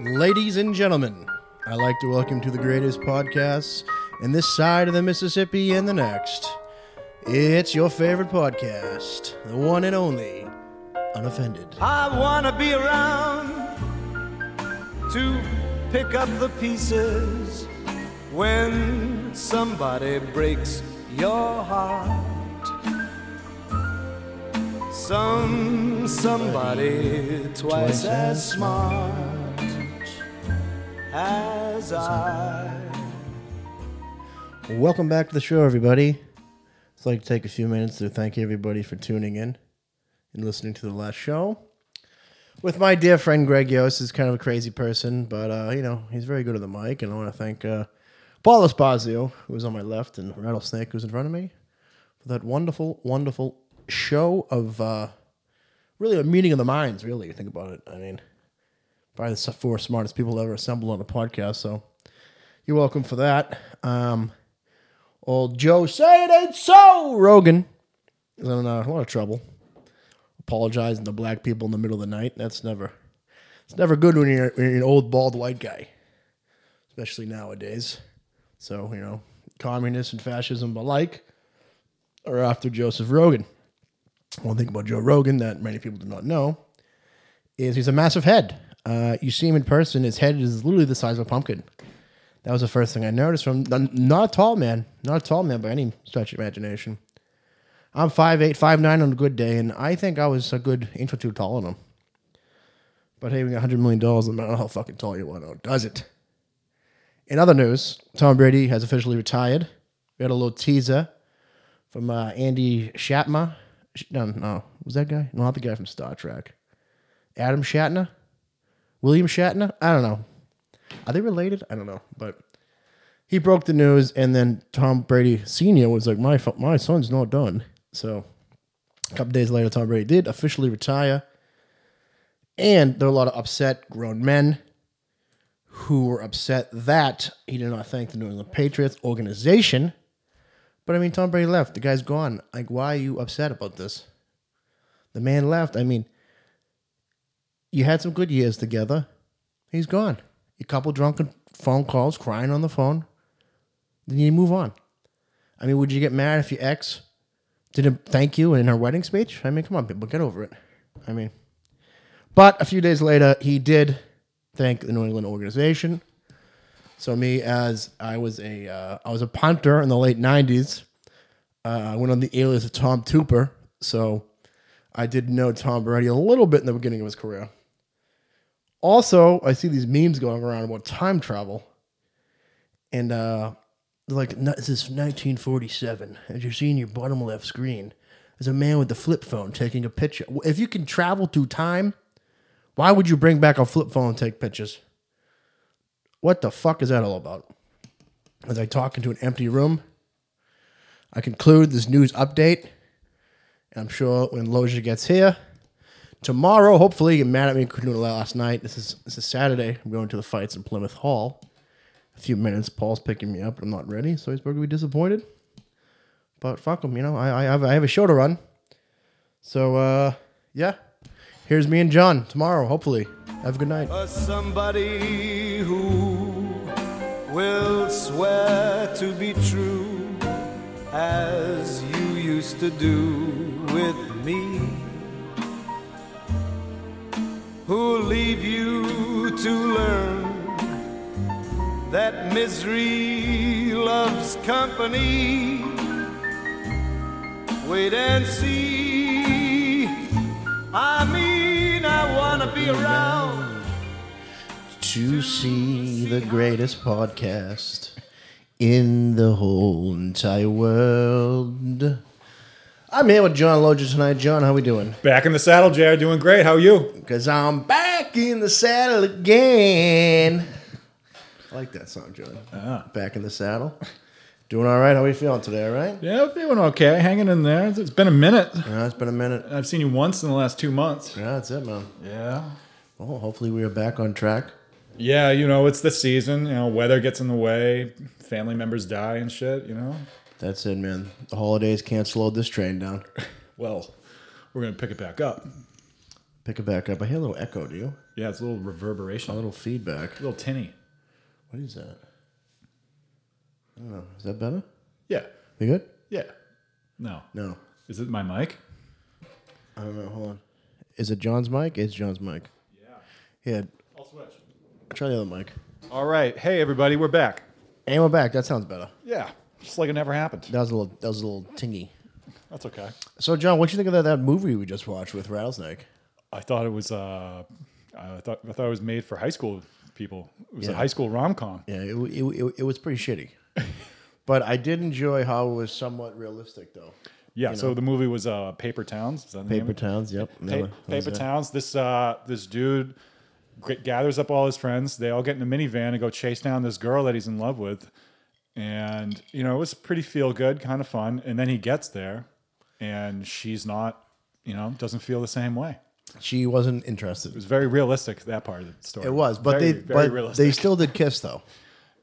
Ladies and gentlemen, I'd like to welcome to the greatest podcasts in this side of the Mississippi and the next. It's your favorite podcast, the one and only Unoffended. I wanna be around to pick up the pieces when somebody breaks your heart. Some somebody twice as smart as I. Welcome back to the show, everybody. I'd like to take a few minutes to thank everybody for tuning in and listening to the last show. With my dear friend Greg Yost, is kind of a crazy person, but uh, you know he's very good at the mic, and I want to thank uh, Paul Esposito, who was on my left, and Rattlesnake, who's in front of me, for that wonderful, wonderful show of uh, really a meeting of the minds. Really, you think about it. I mean, probably the four smartest people ever assembled on a podcast. So you're welcome for that. Um, Old Joe, say it ain't so. Rogan is in uh, a lot of trouble. Apologizing to black people in the middle of the night. That's never, it's never good when you're, when you're an old bald white guy, especially nowadays. So you know, communists and fascism alike are after Joseph Rogan. One thing about Joe Rogan that many people do not know is he's a massive head. Uh, you see him in person, his head is literally the size of a pumpkin. That was the first thing I noticed from n- not a tall man, not a tall man by any stretch of imagination. I'm five eight, five nine on a good day, and I think I was a good inch or two taller than him. But hey, we got hundred million dollars. No matter how fucking tall you want, out, does it? In other news, Tom Brady has officially retired. We had a little teaser from uh, Andy Shatma. Sh- No, no, was that guy? No, not the guy from Star Trek. Adam Shatner, William Shatner. I don't know. Are they related? I don't know, but he broke the news, and then Tom Brady Senior was like, "My fu- my son's not done." So a couple days later, Tom Brady did officially retire, and there were a lot of upset grown men who were upset that he did not thank the New England Patriots organization. But I mean, Tom Brady left. The guy's gone. Like, why are you upset about this? The man left. I mean, you had some good years together. He's gone. A couple drunken phone calls, crying on the phone. Then you move on. I mean, would you get mad if your ex didn't thank you in her wedding speech? I mean, come on, people, get over it. I mean, but a few days later, he did thank the New England organization. So me, as I was a uh, I was a punter in the late '90s. Uh, I went on the alias of Tom Tooper, so I did know Tom Brady a little bit in the beginning of his career. Also, I see these memes going around about time travel, and uh, they're like "No, this is 1947. As you see in your bottom left screen, there's a man with a flip phone taking a picture. Well, If you can travel through time, why would you bring back a flip phone and take pictures? What the fuck is that all about? As I talk into an empty room, I conclude this news update. I'm sure when Loja gets here tomorrow, hopefully, you're mad at me for doing it last night. This is this is Saturday. I'm going to the fights in Plymouth Hall. A few minutes. Paul's picking me up, but I'm not ready, so he's probably gonna be disappointed. But fuck him, you know. I I have, I have a show to run. So uh, yeah, here's me and John tomorrow. Hopefully, have a good night. A somebody who will swear to be true as you used to do with me. Who'll leave you to learn that misery loves company? Wait and see. I mean, I wanna be around. to see the greatest podcast in the whole entire world. I'm here with John Loger tonight. John, how we doing? Back in the saddle, Jared. Doing great. How are you? Because I'm back in the saddle again. I like that song, John. Ah. Back in the saddle. Doing all right. How we feeling today, all right? Yeah, doing okay. Hanging in there. It's- It's been a minute. Yeah, it's been a minute. I've seen you once in the last two months. Yeah, that's it, man. Yeah. Well, hopefully we are back on track. Yeah, you know, it's the season. You know, weather gets in the way. Family members die and shit, you know? That's it, man. The holidays can't slow this train down. Well, we're going to pick it back up. Pick it back up. I hear a little echo, do you? Yeah, it's a little A reverberation, a little feedback. little tinny. What is that? I don't know. Is that better? Yeah, You good? yeah. No, No. is it my mic? I don't know. Hold on. Is it John's mic? It's John's mic. Yeah. Yeah. I'll switch. Try the other mic. All right, hey everybody, we're back. And we're back. That sounds better. Yeah, just like it never happened. That was a little. That was a little tingy. That's okay. So, John, what you think of that, that movie we just watched with Rattlesnake? I thought it was. Uh, I thought I thought it was made for high school people. It was Yeah. a high school rom com. Yeah, it, it, it, it was pretty shitty. but I did enjoy how it was somewhat realistic, though. Yeah. So the movie was uh, Paper Towns. Is that the name Paper of it? Towns, yep. Pa- Paper Towns. This uh, this dude g- gathers up all his friends. They all get in a minivan and go chase down this girl that he's in love with. And you know, it was pretty feel good, kind of fun. And then he gets there, and she's not. You know, doesn't feel the same way. She wasn't It interested. was very realistic that part of the story. It was, but they Very- very but realistic. they still did kiss though,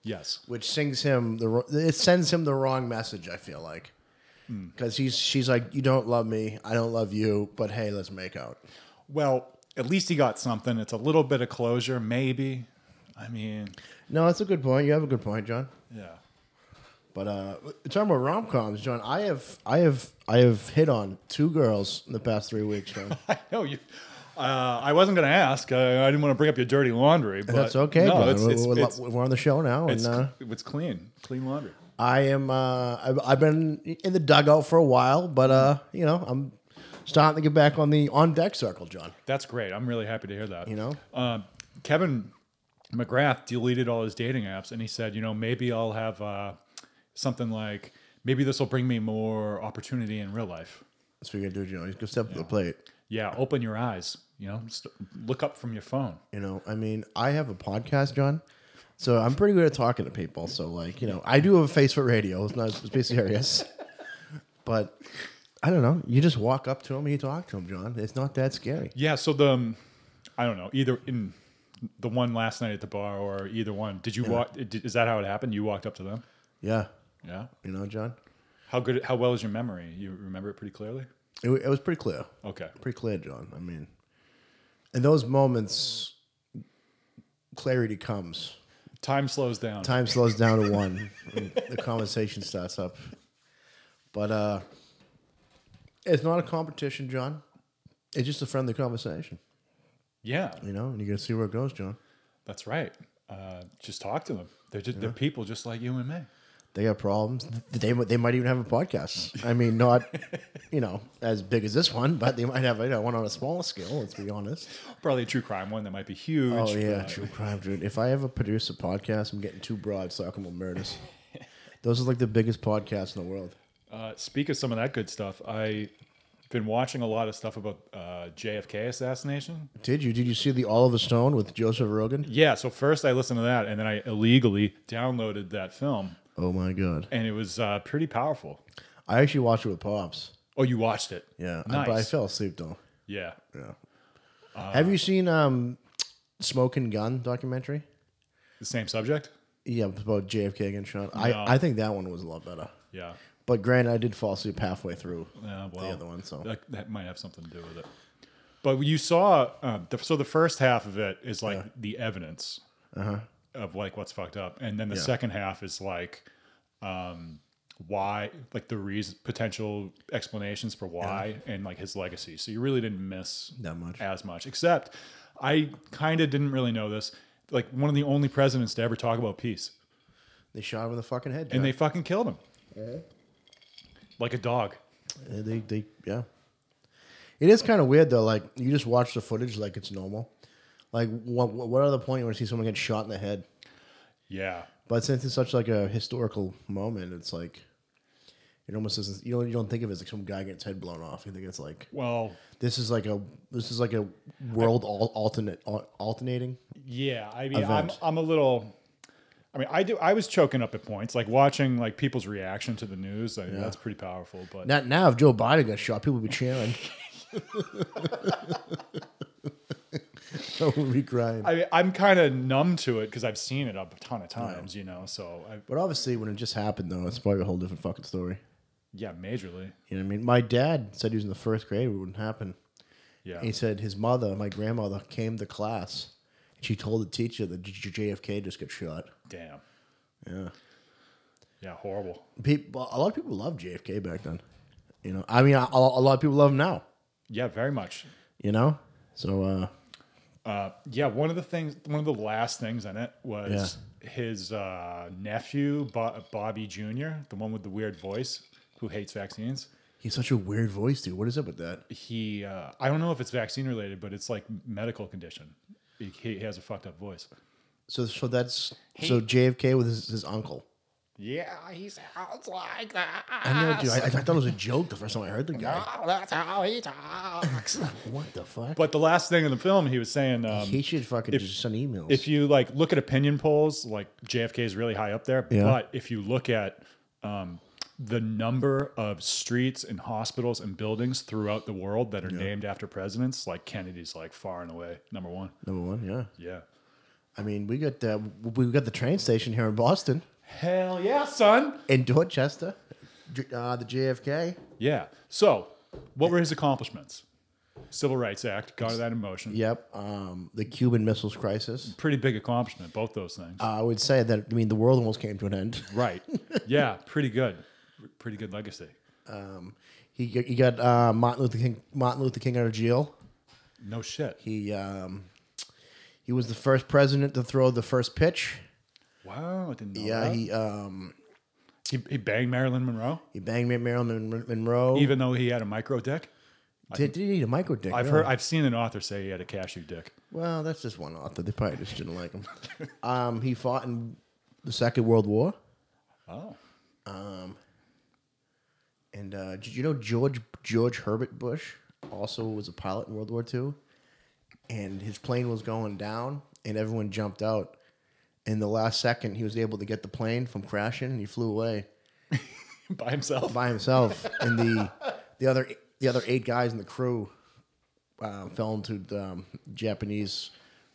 yes. which sings him the wro- it sends him the wrong message. I feel like Hmm. because he's she's like you don't love me, I don't love you, but hey, let's make out. Well, at least he got something. It's a little bit of closure, maybe. I mean, No, that's a good point. You have a good point, John. yeah. But uh, talking about rom coms, John, I have I have I have hit on two girls in the past three weeks, John. I know you. Uh, I wasn't going to ask. Uh, I didn't want to bring up your dirty laundry, but That's okay. No, John. it's, We're- it's, we're, it's, we're on the show now, and it's, uh, it's clean, clean laundry. I am. Uh, I've, I've been in the dugout for a while, but uh, you know, I'm starting to get back on the on deck circle, John. That's great. I'm really happy to hear that. You know, uh, Kevin McGrath deleted all his dating apps, and he said, you know, maybe I'll have uh, something like maybe this will bring me more opportunity in real life. that's what you're gonna do, John. You go step to the plate. Yeah, open your eyes. You know, st- look up from your phone. You know, I mean, I have a podcast, John. So I'm pretty good at talking to people. So like, you know, I do have a face for radio. It's not to be serious, but I don't know. You just walk up to him and you talk to him, John. It's not that scary. Yeah, so the um, I don't know either in the one last night at the bar or either one. Did you walk? Did, is that how it happened? You walked up to them. Yeah, Yeah. you know, John. How good? How well is your memory? You remember it pretty clearly. It, wa- it was pretty clear. Okay. pretty clear, John. I mean, in those moments, clarity comes. Time slows down. Time slows down to one. and the conversation starts up. But uh, it's not a competition, John. It's just a friendly conversation, Yeah, you know, and you're going to see where it goes, John. that's right. Uh, just talk to them. They're just they're people just like you and me. They got problems. They, they might even have a podcast. I mean, not, you know, as big as this one, but they might have, you know, one on a smaller scale, let's be honest. Probably a true crime one that might be huge. Oh yeah, but- true crime, dude. If I ever produce a podcast, I'm getting two broads talking about murders. Those are like the biggest podcasts in the world. Uh, speak of some of that good stuff. I. Been watching a lot of stuff about uh, JFK assassination. Did you? Did you see the Oliver Stone with Joseph Rogan? Yeah, so first I listened to that, and then I illegally downloaded that film. Oh my god! and it was uh, pretty powerful. I actually watched it with pops. Oh, you watched it? Yeah, I- nice. but I fell asleep though. yeah. Have you seen um, Smoking Gun documentary? The same subject. Yeah, it's about JFK getting shot. I I think that one was a lot better. Yeah. But granted, I did fall asleep halfway through. Uh, well, other one, so. that, that might have something to do with it. But you saw, um, the, so the first half of it is like the evidence Uh-huh. of like what's fucked up, and then the second half is like um, why, like the reason, potential explanations for why, and like his legacy. So you really didn't miss That much. as much, except I kind of didn't really know this. Like one of the only presidents to ever talk about peace. They shot him in the fucking head. and they fucking killed him Mm-hmm. like a dog Yeah, They, they, yeah. It is kind of weird though. Like you just watch the footage like it's normal. Like what, what what other point you want to see someone get shot in the head? yeah But since it's such like a historical moment, it's like it almost isn't. You don't you don't think of it as like some guy getting his head blown off. You think it's like well this is like a this is like a world all, alternate al- alternating. yeah i mean I'm, Event. I'm a little i mean i do i was choking up at points like watching like people's reaction to the news I mean, that's pretty powerful but Not now. If Joe Biden got shot, people would be cheering. I would be crying. I mean, i'm kind of numb to it because i've seen it a ton of times you know so I, But obviously, when it just happened, though, it's probably a whole different fucking story. yeah majorly You know what I mean? My dad said he was in the first grade. It wouldn't happen. Yeah. And he said his mother, my grandmother, came to class. She told the teacher that J- J- JFK just got shot. Damn. Yeah. Yeah. Horrible. People, a lot of people loved JFK back then. You know, I mean, a, a lot of people love him now. Yeah. Very much. You know, so uh, Yeah. One of the things, one of the last things in it was his uh, nephew, Bo- Bobby Jr., the one with the weird voice who hates vaccines. he's such a weird voice, dude. What is up with that? He, uh, I don't know if it's vaccine related, but it's like medical condition. He, he has a fucked up voice. So, so that's so JFK with his, his uncle. Yeah, he sounds like that. I know, dude. I, I thought it was a joke the first time I heard the guy. Oh, that's how he talks. What the fuck? But the last thing in the film, he was saying, um, he should fucking just send emails. if you like look at opinion polls, like JFK is really high up there. Yeah. But if you look at um, the number of streets and hospitals and buildings throughout the world that are named after presidents, like Kennedy's like far and away number one. Number one, yeah. Yeah. I mean, we got uh, we got the train station here in Boston, Hell yeah, son. in Dorchester, J- uh, the JFK. Yeah. So, what were his accomplishments? Civil Rights Act got that in motion. Yep. Um, the Cuban Missiles Crisis. Uh, Pretty big accomplishment, both those things. I would say that I mean the world almost came to an end. right. Yeah. Pretty good. Pretty good legacy. He got- he got uh, Martin Luther King Martin Luther King out of jail. No shit. He um, he was the first president to throw the first pitch. Wow. I didn't know Yeah. that. He um, He, he banged Marilyn Monroe, he banged Marilyn Mon- Monroe. even though he had a micro dick. did, did he eat a micro dick? I've really? heard, I've seen an author say he had a cashew dick. Well, that's just one author. They probably just didn't like him. um, he fought in the Second World War, Um, Oh, and uh, did you know George George Herbert Bush also was a pilot in World War II? And his plane was going down, and everyone jumped out. In the last second, he was able to get the plane from crashing, and he flew away by himself. by himself. and the the other the other eight guys in the crew uh, fell into the um, Japanese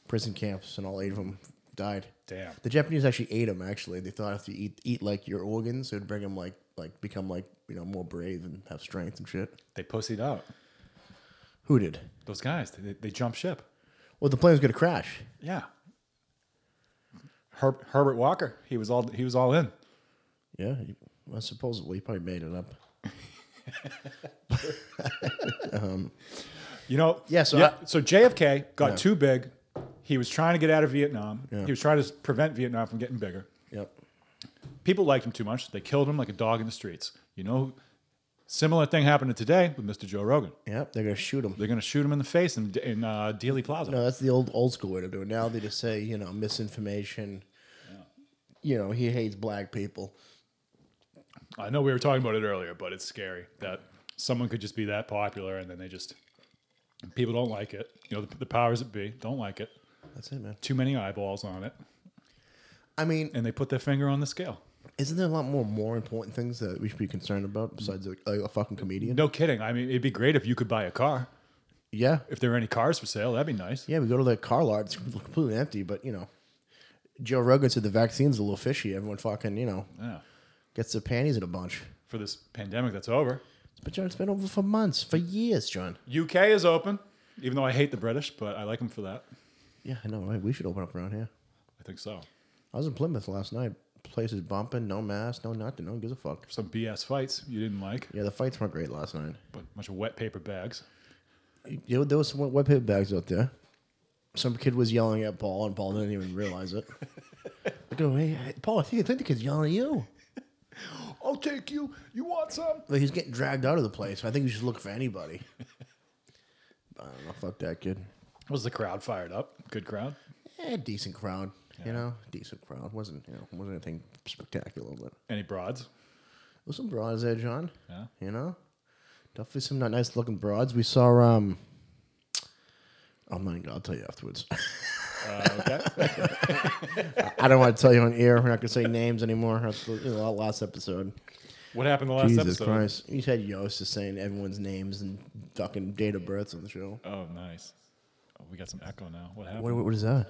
prison camps, and all eight of them died. Damn. The Japanese actually ate them. Actually, they thought if you eat eat like your organs, it would bring them like like become like you know more brave and have strength and shit. They pussied out. Who did? Those guys, they, they jumped ship. Well, the plane was gonna crash. Yeah. Herb, Herbert Walker, he was all he was all in. Yeah, he- well, supposedly he probably made it up. You know. Yeah, so I- so JFK got too big. He was trying to get out of Vietnam. Yeah. He was trying to prevent Vietnam from getting bigger. Yep. People liked him too much. They killed him like a dog in the streets. You know, similar thing happened today with Mr. Joe Rogan. Yep. They're gonna shoot him. They're going to shoot him in the face in, in uh, Dealey Plaza. No, that's the old old school way to do it. Now they just say you know misinformation. You know he hates black people. I know we were talking about it earlier, but it's scary that someone could just be that popular and then they just people don't like it. You know, the, the powers that be don't like it. That's it, man. Too many eyeballs on it, I mean, and they put their finger on the scale. isn't there a lot more more important things that we should be concerned about besides like, a fucking comedian? No kidding. I mean, it'd be great if you could buy a car. Yeah. If there were any cars for sale, that'd be nice. Yeah, we go to the car lot. It's completely empty, but you know, Joe Rogan said the vaccine's a little fishy. Everyone fucking, you know, Yeah. gets their panties in a bunch. For this pandemic that's over, But John, it's been over for months, for years, John. UK is open. Even though I hate the British, but I like them for that. Yeah, I know, right? We should open up around here. I think so. I was in Plymouth last night. Place is bumping, no mask, no nothing, no one gives a fuck. Some BS fights you didn't like, Yeah, the fights weren't great last night. but a bunch of wet paper bags. You know, there was some wet- wet paper bags out there. Some kid was yelling at Paul, and Paul didn't even realize it. I go, hey, hey, Paul, I think, I think the kid's yelling at you. I'll take you. You want some? Like he's getting dragged out of the place. I think you should look for anybody. I don't know. Fuck that kid. Was the crowd fired up? Good crowd. Eh, decent crowd. You know, decent crowd. wasn't you know wasn't anything spectacular, but there Any broads? was some broads there, John. Yeah. You know, definitely some not nice looking broads. We saw. um I'm not. even- I'll tell you afterwards. Uh, Okay. I don't want to tell you on air. We're not going to say names anymore. That's the- you know, last episode. what happened the last Jesus episode? Christ! You had Yost just saying everyone's names and fucking date of births on the show. Oh, nice. Oh, we got some echo now. What happened? What, what is that?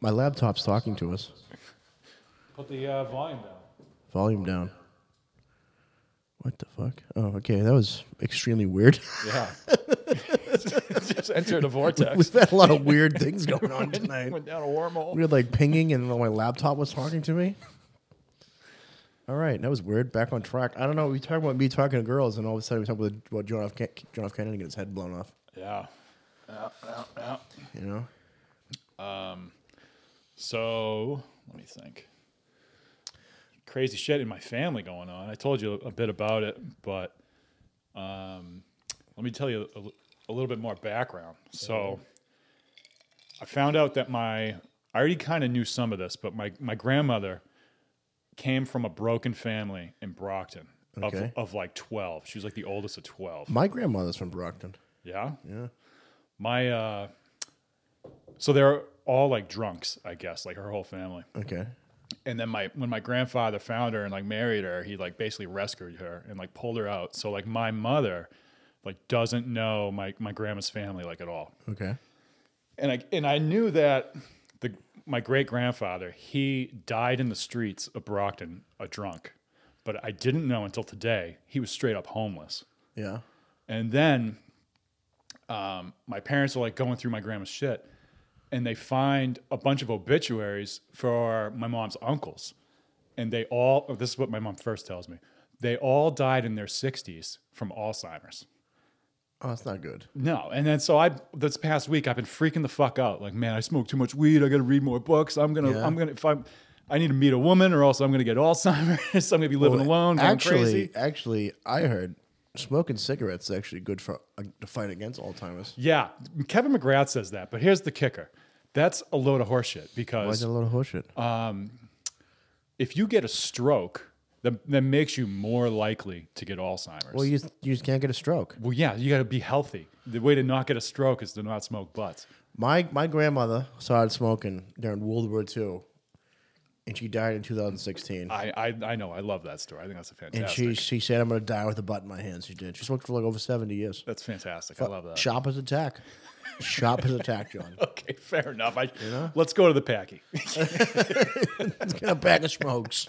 My laptop's talking to us. Put the uh, volume down. Volume down. What the fuck? Oh, okay. That was extremely weird. Yeah. just entered a vortex. We've had a lot of weird things going on tonight. Went down a wormhole. We had like pinging, and my laptop was talking to me. All right, that was weird. Back on track. I don't know. We talking about me talking to girls, and all of a sudden we talk about about John F. Ken- John F. Kennedy getting his head blown off. Yeah. You know, So let me think. Crazy shit in my family going on. I told you a bit about it, but um, let me tell you a, l- a little bit more background. So I found out that my I already kind of knew some of this, but my my grandmother came from a broken family in Brockton Okay. of, of like twelve. She was like the oldest of twelve. my grandmother's from Brockton. Yeah. Yeah. My uh so they're all like drunks, I guess, like her whole family. Okay, And then my when my grandfather found her and like married her, he like basically rescued her and like pulled her out. So like my mother like doesn't know my my grandma's family like at all okay, and I and I knew that the my great grandfather he died in the streets of Brockton, a drunk, but I didn't know until today he was straight up homeless. yeah. And then um, my parents are like going through my grandma's shit, and they find a bunch of obituaries for my mom's uncles, and they all oh, this is what my mom first tells me they all died in their sixties from Alzheimer's. Oh, that's not good. No, and then so I this past week I've been freaking the fuck out. Like, man, I smoke too much weed. I got to read more books. I'm gonna, Yeah. I'm gonna, if I'm, I need to meet a woman, or else I'm gonna get Alzheimer's. I'm gonna be living alone. Going actually, crazy. actually, I heard smoking cigarettes is actually good for uh, to fight against Alzheimer's. yeah. Kevin McGrath says that, but here's the kicker: that's a load of horseshit Why is because that a lot of horseshit? if you get a stroke, that, that makes you more likely to get Alzheimer's. well, you you just can't get a stroke. Well, yeah, you got to be healthy. The way to not get a stroke is to not smoke butts. My my grandmother started smoking during World War II, and she died in 2016. I, I, I know. I love that story. I think that's a Ah, fantastic. and she she said, "I'm gonna die with a butt in my hand." She did. She smoked for like over 70 years. that's fantastic. I love that. Shopper's attack. Shopper's attack, John. Okay, fair enough. I, Let's go to the packy. Let's get a bag of smokes.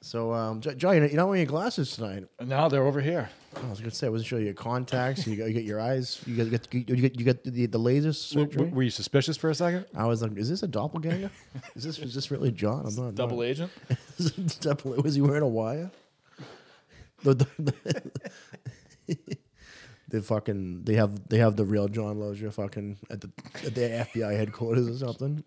So, um, Jo- John, you're not- you're not wearing your glasses tonight. now they're over here. I was gonna say I wasn't sure your contacts. You, got, you get your eyes. You guys get you get you get the, the laser surgery. were you suspicious for a second? I was like, is this a doppelganger? is this is this really John? I'm not Double agent. Is Double. Was he wearing a wire? The, the, they fucking they have they have the real John Lozier fucking at the at their FBI headquarters or something.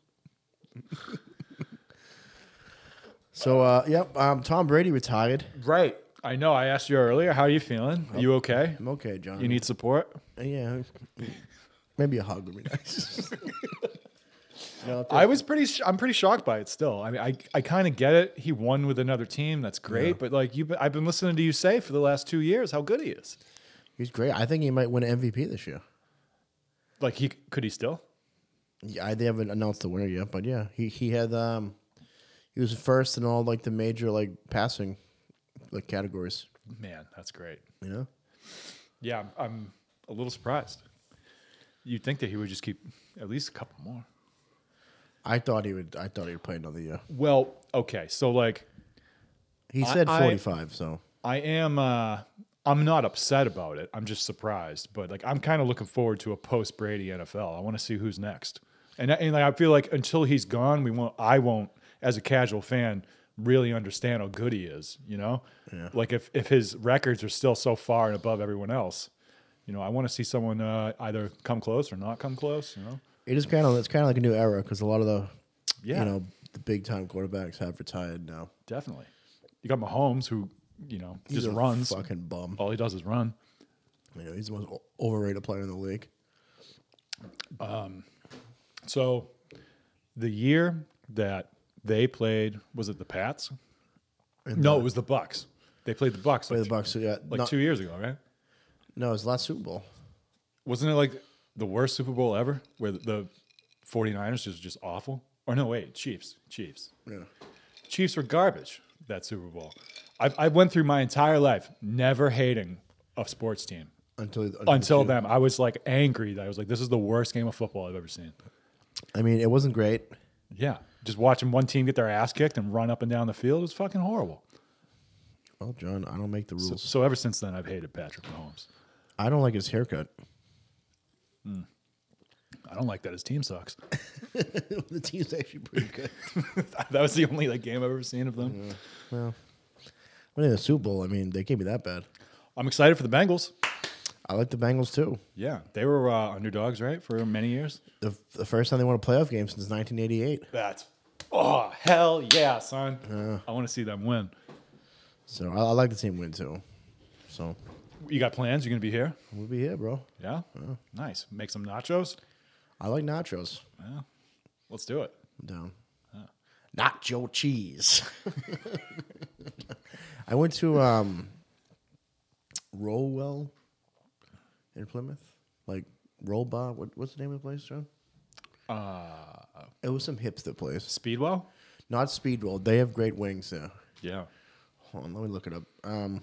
so uh, yep, um, Tom Brady retired. Right. I know. I asked you earlier. How are you feeling? you okay? I'm okay, John. You need support? yeah, maybe a hug would be nice. No, I was pretty. Sh- I'm pretty shocked by it. Still, I mean, I, I kind of get it. He won with another team. That's great. But like you, I've been listening to you say for the last two years how good he is. he's great. I think he might win MVP this year. Like he could he still? Yeah, I- they haven't announced the winner yet, but yeah, he he had um, he was first in all like the major like passing like categories. Man, that's great. You know, Yeah, I'm, I'm a little surprised. You'd think that he would just keep at least a couple more. I thought he would. I thought he would play another year. Well, okay. So like He said I- forty five. So I am uh I'm not upset about it. I'm just surprised. But like I'm kind of looking forward to a post Brady NFL. I want to see who's next. And uh, and like, I feel like until he's gone, we won't I won't as a casual fan really understand how good he is, you know? Like if if his records are still so far and above everyone else, you know, I want to see someone uh, either come close or not come close, you know? it is kind of it's kind of like a new era because a lot of the Yeah. you know the big time quarterbacks have retired now. Definitely. You got Mahomes who, you know, He's just a runs. fucking bum. All he does is run. You know, he's the most o- overrated player in the league. So the year that they played was it the Pats? no, it was the Bucks. They played the Bucks Play like, the Bucks. Yeah, like not- two years ago, right? No, it's last Super Bowl. Wasn't it like the worst Super Bowl ever where the 49ers was just awful? Or no, wait, Chiefs. Chiefs. Yeah. Chiefs were garbage that Super Bowl. I, I went through my entire life never hating a sports team. Until Until then, I was like angry that I was like, this is the worst game of football I've ever seen. I mean, it wasn't great. Yeah. Just watching one team get their ass kicked and run up and down the field was fucking horrible. Well, John, I don't make the rules. So ever since then, I've hated Patrick Mahomes. I don't like his haircut. I don't like that his team sucks. the team's actually pretty good. that was the only like game I've ever seen of them. When in the Super Bowl, I mean, they can't be that bad. I'm excited for the Bengals. I like the Bengals too. Yeah, they were uh, underdogs, right, for many years. The, the first time they won a playoff game since 1988. That's oh hell yeah, son! I want to see them win. So I, I like the team win too. So You got plans? You're gonna be here? we'll be here, bro. Yeah, nice. Make some nachos. I like nachos. Let's do it. I'm down. Nacho cheese. I went to um, Rollwell in Plymouth. Like Roll Bar. What, what's the name of the place, John? Uh, it was some hipster place. Speedwell. Not Speed Roll. They have great wings there. Yeah. Hold on, let me look it up. Um,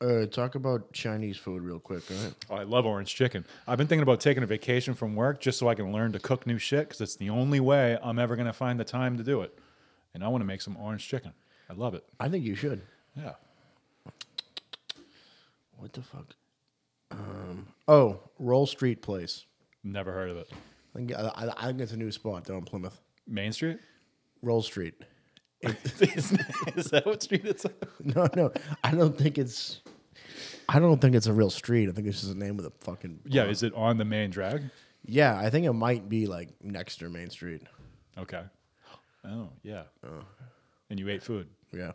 uh, talk about Chinese food real quick, all right? Oh, I love orange chicken. I've been thinking about taking a vacation from work just so I can learn to cook new shit because it's the only way I'm ever gonna find the time to do it. And I want to make some orange chicken. I love it. I think you should. Yeah. What the fuck? Um, oh, Roll Street Place. Never heard of it. I think, I, I- I think it's a new spot down in Plymouth. Main Street. Roll Street. is, is that what street it's on? No, no, I don't think it's. I don't think it's a real street. I think it's just the name of the fucking. Yeah, is it on the main drag? Yeah, I think it might be like next to Main Street. Okay. Oh, yeah. And you ate food. Yeah.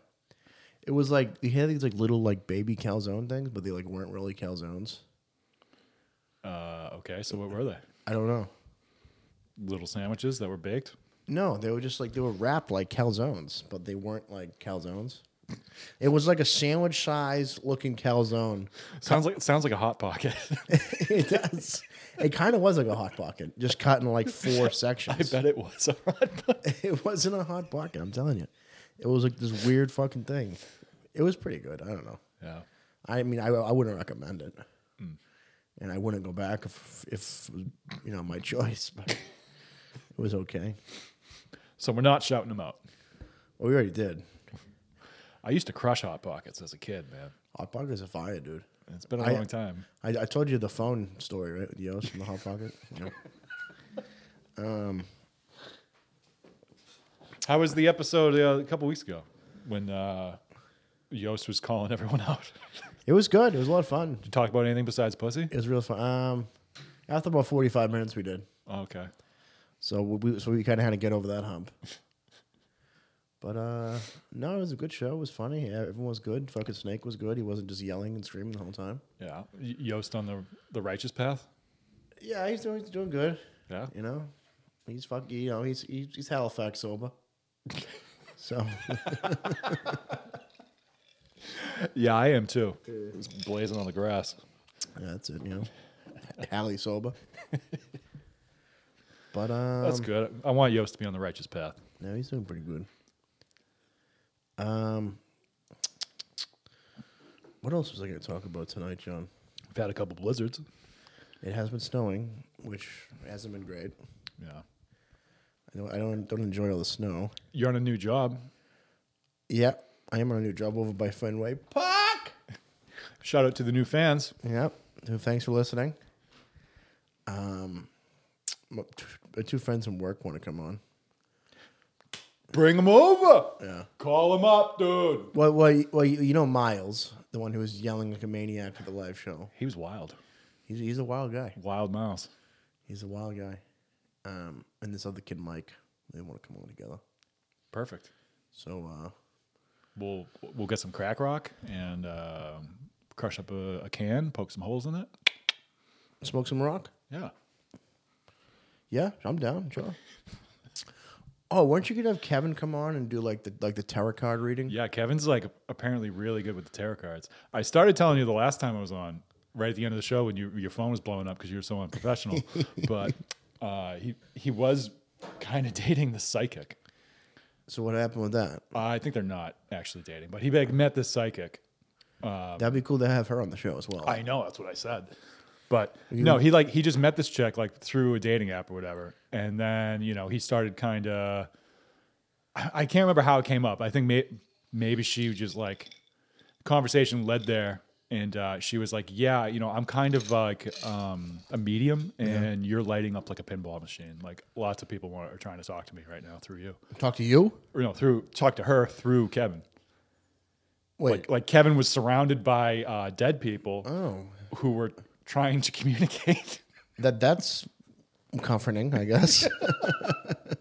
It was like they had these like little like baby calzone things, but they like weren't really calzones. Uh, okay, so what were they? I don't know. Little sandwiches that were baked? No, they were just like they were wrapped like calzones, but they weren't like calzones. It was like a sandwich size looking calzone. Sounds like sounds like a hot pocket. it does. It kind of was like a hot pocket, just cut into like four sections. I bet it was a hot pocket. It wasn't a hot pocket. I'm telling you, it was like this weird fucking thing. It was pretty good. I don't know. Yeah. I mean, I, I wouldn't recommend it, and I wouldn't go back if if it was, you know my choice. But it was okay. So we're not shouting them out. Well, we already did. I used to crush hot pockets as a kid, man. Hot pockets are fire, dude. It's been a I- long time. I, I told you the phone story, right? With Yos from the hot pocket. Yeah. How was the episode uh, a couple weeks ago when uh, Yost was calling everyone out? It was good. It was a lot of fun. Talk about anything besides pussy? It was real fun. Um, after about forty five minutes, we did. Oh, Okay. So we we- so we kind of had to get over that hump. But uh, no, it was a good show. It was funny. Yeah, everyone was good. Fucking Snake was good. He wasn't just yelling and screaming the whole time. Yeah. Y- Yost on the the righteous path? Yeah, he's doing he's doing good. Yeah. You know, he's fuck. You know, he's he's, he's Halifax sober. so Yeah, I am too. It's blazing on the grass. Yeah, that's it. You know, Hallie sober. but um, That's good. I want Yost to be on the righteous path. no, he's doing pretty good. Um, what else was I going to talk about tonight, John? We've had a couple blizzards. It has been snowing, which hasn't been great. Yeah. I don't, I don't, don't enjoy all the snow. You're on a new job. Yep, I am on a new job over by Fenway Park. Shout out to the new fans. Yep. So thanks for listening. Um, my t- my two friends from work want to come on. Bring them over. Yeah. Call them up, dude. Well, well, you- well, you, you know Miles, the one who was yelling like a maniac at the live show. He was wild. He's he's a wild guy. Wild mouse. He's a wild guy. Um, and this other kid Mike, they want to come on together. Perfect. So uh, We'll we'll get some crack rock and um crush up a, a can, poke some holes in it. smoke some rock. Yeah. Yeah, I'm down. Sure. Oh, weren't you gonna have Kevin come on and do like the like the tarot card reading? Yeah, Kevin's like apparently really good with the tarot cards. I started telling you the last time I was on, right at the end of the show when you, your phone was blowing up because you were so unprofessional. but uh, he he was kind of dating the psychic. So what happened with that? I think they're not actually dating, but he like, met this psychic. That'd be cool to have her on the show as well. Um, I know that's what I said. But no, he like he just met this chick like through a dating app or whatever, and then you know he started kind of. I I can't remember how it came up. I think may, maybe she just like conversation led there, and uh, she was like, "Yeah, you know, I'm kind of like um, a medium, and you're lighting up like a pinball machine. Like lots of people want, are trying to talk to me right now through you, Talk to you? or no, through talk to her through Kevin. Wait. Oh. Like, like Kevin was surrounded by uh, dead people who were trying to communicate. that that's comforting, I guess.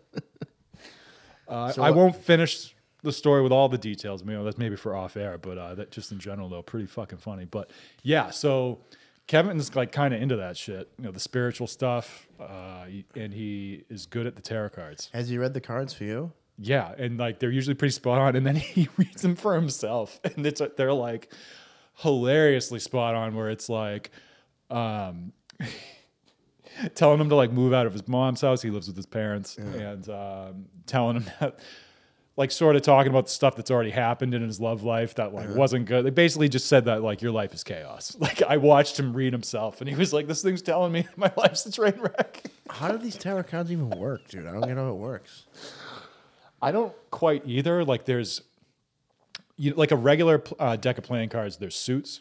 Uh, I- I won't finish the story with all the details. You know, that's maybe for off air, but uh, that just in general though, pretty fucking funny. But yeah, so Kevin's like kind of into that shit, you know, the spiritual stuff, uh, he- and he is good at the tarot cards. Has he read the cards for you? Yeah, and like they're usually pretty spot on, and then he reads them for himself, and it's they're like hilariously spot on, where it's like. Um, telling him to like move out of his mom's house. He lives with his parents, and um, telling him that, like, sort of talking about the stuff that's already happened in his love life that like wasn't good. They basically just said that like your life is chaos. Like I watched him read himself, and he was like, "This thing's telling me my life's a train wreck." How do these tarot cards even work, dude? I don't get how it works. I don't quite either. Like there's, you like a regular pl- uh, deck of playing cards. There's suits,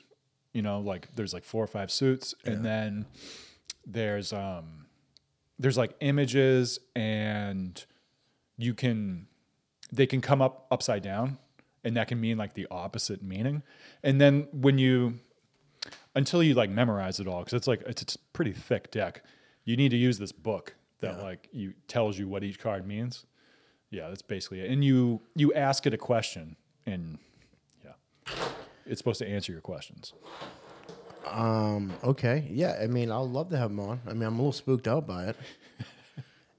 you know, like there's like four or five suits, and then there's um, there's like images, and you can, they can come up upside down, and that can mean like the opposite meaning, and then when you until you like memorize it all because it's like it's, it's a pretty thick deck you need to use this book that like you tells you what each card means yeah that's basically it and you you ask it a question and yeah it's supposed to answer your questions Okay. Yeah. I mean, I'll love to have them on. I mean, I'm a little spooked out by it.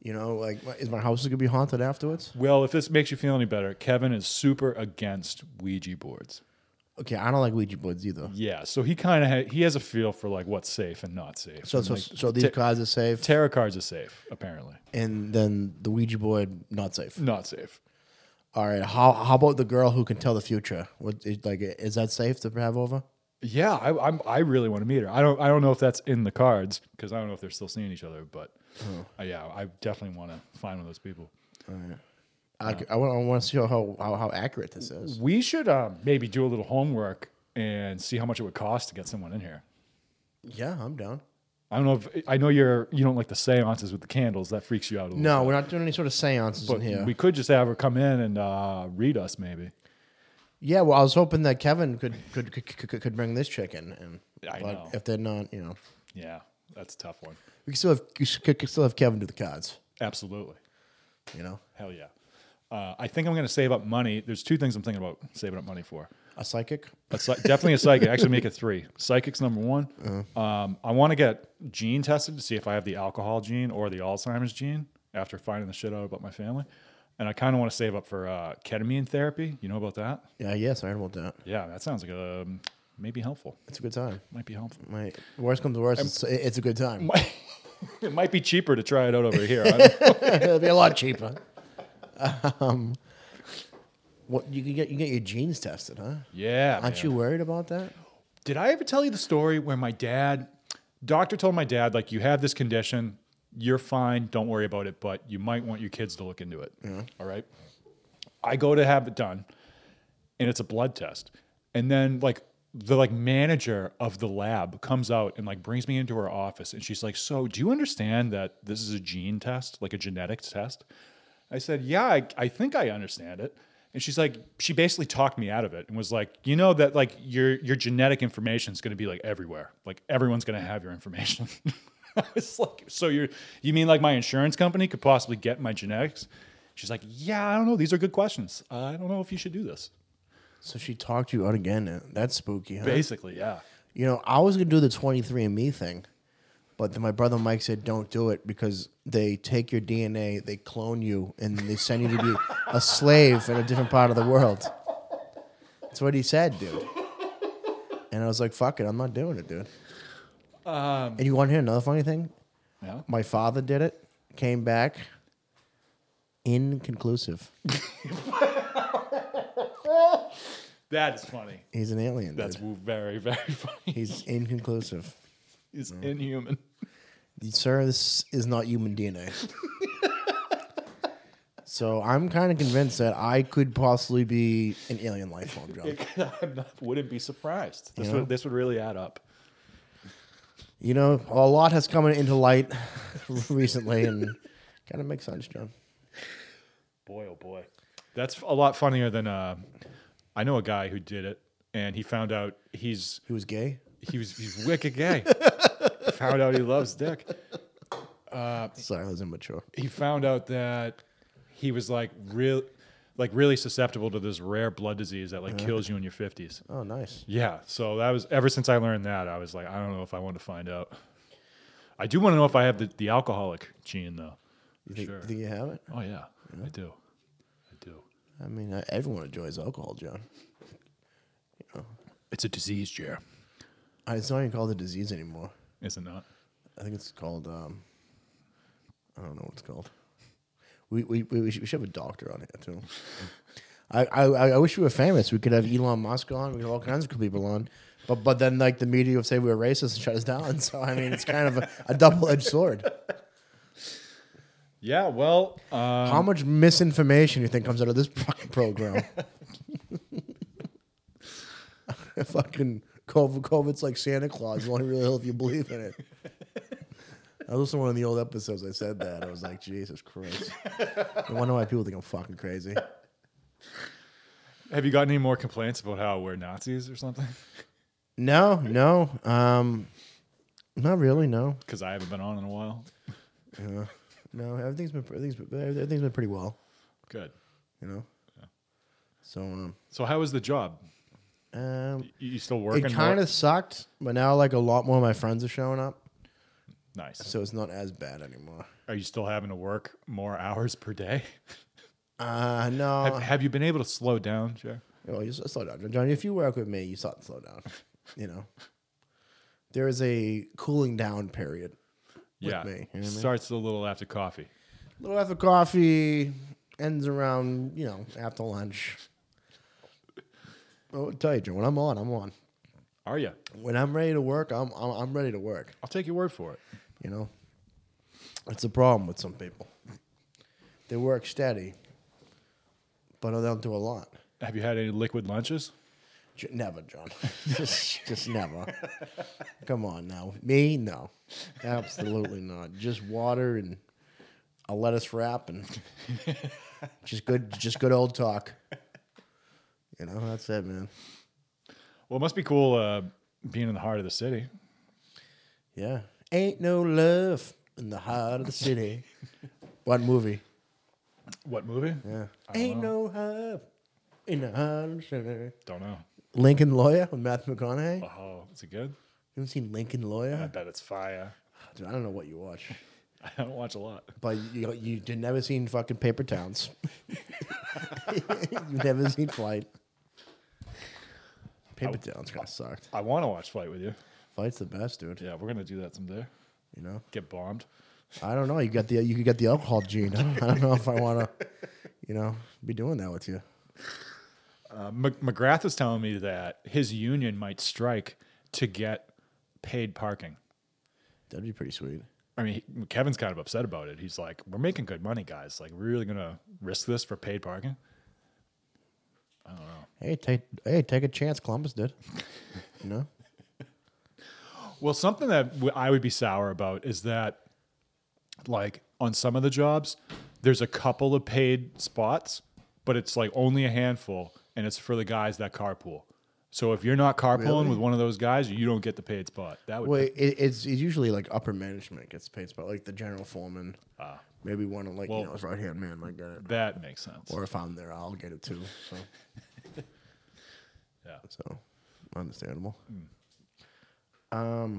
You know, like, my- is my house going to be haunted afterwards? well if this makes you feel any better kevin is super against ouija boards Okay. I don't like Ouija boards either. yeah so he kind of ha- he has a feel for like what's safe and not safe So, And, so, like, so these ta- cards are safe, tarot cards are safe apparently and then the Ouija board not safe. not safe All right. How how about the girl who can tell the future? What is like? Is that safe to have over? Yeah, I, I'm. I really want to meet her. I don't. I don't know if that's in the cards because I don't know if they're still seeing each other. But uh, yeah, I definitely want to find one of those people. I, I want I want to see how, how how accurate this is. We should um, maybe do a little homework and see how much it would cost to get someone in here. Yeah, I'm down. I don't know if I know you're. You don't like the seances with the candles. That freaks you out a little. No, we're not doing any sort of seances but in here. we could just have her come in and uh, read us maybe. yeah, well, I was hoping that Kevin could could could, could, could bring this chick in, and I but know. if they're not, you know, Yeah, that's a tough one. we can still have we could, could still have Kevin do the cards. Absolutely. You know, Hell yeah. Uh, I think I'm going to save up money. There's two things I'm thinking about saving up money for. a psychic. A psy- definitely a psychic. Actually, make it three. Psychic's number one. Uh-huh. Um, I want to get gene tested to see if I have the alcohol gene or the Alzheimer's gene after finding the shit out about my family. And I kind of want to save up for uh, ketamine therapy. You know about that? Yeah, yes, I heard about that. Yeah, that sounds like a um, maybe helpful. It's a good time. Might be helpful. My worst comes to worst, it's, it's a good time. it might be cheaper to try it out over here. I don't- It'll be a lot cheaper. Um, what you can get you can get your genes tested, huh? yeah. Aren't man. you worried about that? Did I ever tell you the story where my dad, doctor told my dad, like, you have this condition, you're fine, don't worry about it, but you might want your kids to look into it. All right. I go to have it done, and it's a blood test. And then, like, the like manager of the lab comes out and like brings me into her office and she's like so do you understand that this is a gene test like a genetic test I said, Yeah, I, I think I understand it. And she's like, she basically talked me out of it and was like, you know that like your your genetic information is going to be like everywhere, like everyone's going to have your information. I was like, so you're you mean like my insurance company could possibly get my genetics? She's like, yeah, I don't know. These are good questions. I don't know if you should do this. So she talked you out again. That's spooky, huh? Basically, yeah. You know, I was gonna do the twenty three and Me thing, but then my brother Mike said don't do it because they take your DNA, they clone you, and they send you to be a slave in a different part of the world. That's what he said, dude. And I was like, "Fuck it, I'm not doing it, dude." Um, and you want to hear another funny thing? Yeah. My father did it. Came back inconclusive. That is funny. He's an alien. That's dude. very very funny. Mm-hmm. He's inconclusive. He's inhuman. Sir, this is not human DNA. So I'm kind of convinced that I could possibly be an alien life form, John. I'm not, wouldn't be surprised. This would this would really add up. You know, a lot has come into light recently, and kind of makes sense, John. Boy, oh boy. That's a lot funnier than uh, I know a guy who did it, and he found out he's He was gay. he was he's wicked gay. found out he loves dick. Sorry, I was immature. He found out that he was like real, like really susceptible to this rare blood disease that like kills you in your fifties. Uh-huh. Oh, nice. Yeah, so that was ever since I learned that, I was like, I don't know if I want to find out. I do want to know if I have the, the alcoholic gene though. You think, Sure. you think you have it? Oh yeah, I do. I do. I mean, uh, everyone enjoys alcohol, John. It's a disease, Jer. Uh, It's not even called a disease anymore. Is it not? I think it's called. Um, I don't know what it's called. We we we, we should we should have a doctor on here too. I, I I- I wish we were famous. We could have Elon Musk on. We could have all kinds of cool people on. But but then like the media would say we were racist and shut us down. So I mean, it's kind of a, a double edged sword. Yeah. Well, uh, How much misinformation you think comes out of this fucking program? fucking COVID, COVID's like Santa Claus. It'll only really help you believe in it. I listened to one of the old episodes. I said that. I was like, Jesus Christ. I wonder why people think I'm fucking crazy. have you gotten any more complaints about how we're Nazis or something? No, no. Um, not really. No, Because I haven't been on in a while. no. Everything's been everything's been, everything's been pretty well. Good. You know. So um, So how was the job? um You, you still working? it kind more? of sucked, but now like a lot more of my friends are showing up. nice. so it's not as bad anymore. Are you still having to work more hours per day? Uh, no. have, have you been able to slow down, Jer? well, you s- slow down, John. If you work with me, you start to slow down. You know, there is a cooling down period. yeah. me, you know what I mean? Starts a little after coffee. A little after coffee ends around, you know, after lunch. I'll tell you, John. When I'm on, I'm on. Are you? When I'm ready to work, I'm I'm, I'm ready to work. I'll take your word for it. You know, it's a problem with some people. They work steady, but they don't do a lot. Have you had any liquid lunches? J- Never, John. just, just never. Come on now. Me? No. Absolutely not. Just water and a lettuce wrap and just good just good old talk. You know, that's it, man. Well, it must be cool uh, being in the heart of the city. Yeah. Ain't no love in the heart of the city. what movie? What movie? Yeah. Ain't no love in the heart of the city. Don't know. Lincoln Lawyer with Matthew McConaughey. You Oh, is it good? haven't seen Lincoln I Lawyer? bet it's fire. Dude, I don't know what you watch. I don't watch a lot. But you, you did never seen fucking Paper Towns. You've never seen Flight. Paper Towns kind of sucked. I want to watch Flight with you. Flight's the best, dude. Yeah, we're gonna do that someday. You know, Get bombed. I don't know. You got the you could get the alcohol gene. I don't, I don't know if I want to, you know, be doing that with you. Uh, Mc- McGrath was telling me that his union might strike to get paid parking. That'd be pretty sweet. I mean, he- Kevin's kind of upset about it. He's like, "We're making good money, guys. Like, we're really gonna risk this for paid parking." Hey, take hey, take a chance. Columbus did. You know, Well, something that w- I would be sour about is that, like, on some of the jobs, there's a couple of paid spots, but it's like only a handful, and it's for the guys that carpool. So if you're not carpooling with one of those guys, you don't get the paid spot. That would well, it, it's, it's usually like upper management gets paid, but like the general foreman, maybe one of like Ah. Well- you know his right hand man might get it. that makes sense. or if I'm there, I'll get it too. So, Yeah. so understandable. Um, Hmm.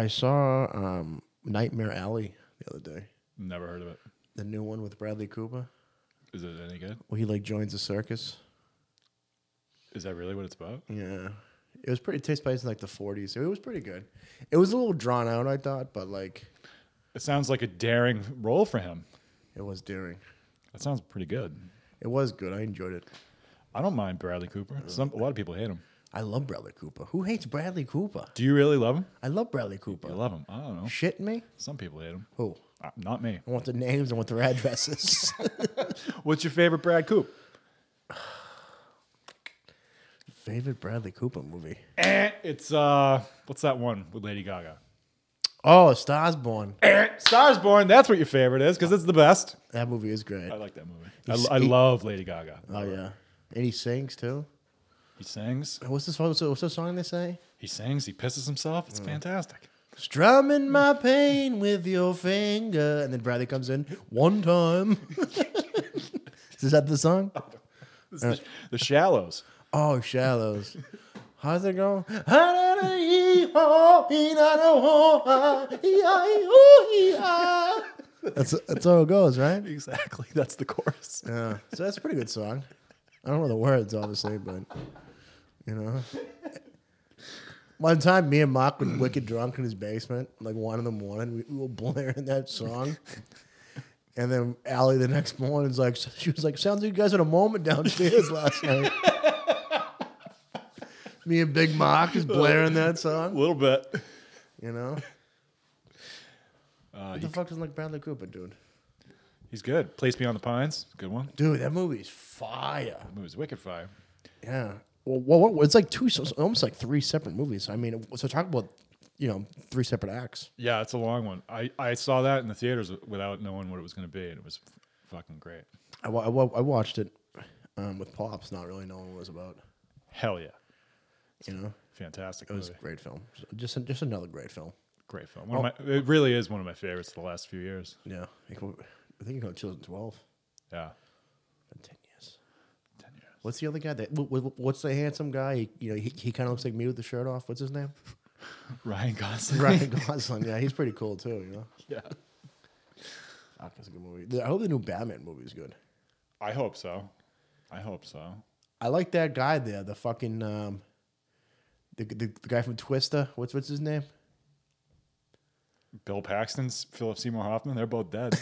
I saw um Nightmare Alley the other day, Never heard of it. the new one with Bradley Cooper, Is it any good? where he like joins a circus. Is that really what it's about? Yeah, it was pretty. It takes place in like the 40s. It was pretty good. It was a little drawn out, I thought, but like It sounds like a daring role for him. it was daring. That sounds pretty good. It was good. I enjoyed it. I don't mind Bradley Cooper. Some a lot of people hate him. I love Bradley Cooper. Who hates Bradley Cooper? Do you really love him? I love Bradley I Cooper. love him. I don't know. Shitting me? Some people hate him. Who? Uh, Not me. I want the names. I want their addresses. What's your favorite Brad Coop? Favorite Bradley Cooper movie? Eh, it's uh, what's that one with Lady Gaga? Oh, A Star's Born. Stars Born. That's what your favorite is because it's the best. That movie is great. I like that movie. I, I love Lady Gaga. Oh yeah, and he sings too. He sings. What's this? What's, what's the song they say? He sings. He pisses himself. It's fantastic. Strumming my pain with your finger, and then Bradley comes in one time. is that the song? The Shallows. Oh, shallows. How's it going? that's that's how it goes, right? Exactly. That's the chorus. Yeah. So that's a pretty good song. I don't know the words, obviously, but you know. One time, me and Mark were wicked drunk in his basement, like one in the morning. We, we were blaring that song. And then Allie the next morning is like, she was like, sounds like you guys had a moment downstairs last night. me and Big Mark is blaring that A song, little bit. you know? what the fuck doesn't like Bradley Cooper, dude? He's good. Place Beyond the Pines. Good one. Dude, that movie's fire. That movie's Wicked Fire. Yeah. Well, well, well, it's like two, so it's almost like three separate movies. I mean, so talk about, you know, three separate acts. Yeah, it's a long one. I, I saw that in the theaters without knowing what it was going to be, and it was f- fucking great. I, wa- I, wa- I watched it um, with pops, not really knowing what it was about. Hell yeah. You know, Fantastic it was a movie. great film. Just just another great film. Great film. One of my, it really is one of my favorites of the last few years. Yeah, I think it got 2012. Yeah. Been Ten years. 10 years. What's the other guy? That wh- wh- what's the handsome guy? He, you know, he, he kind of looks like me with the shirt off. What's his name? Ryan Gosling. Ryan Gosling. Yeah, he's pretty cool too. You know, yeah. Fuck, it's a good movie. I hope the new Batman movie is good. I hope so. I hope so. I like that guy there, the fucking um, the, the the guy from Twister. What's what's his name? Bill Paxton's Philip Seymour Hoffman, they're both dead.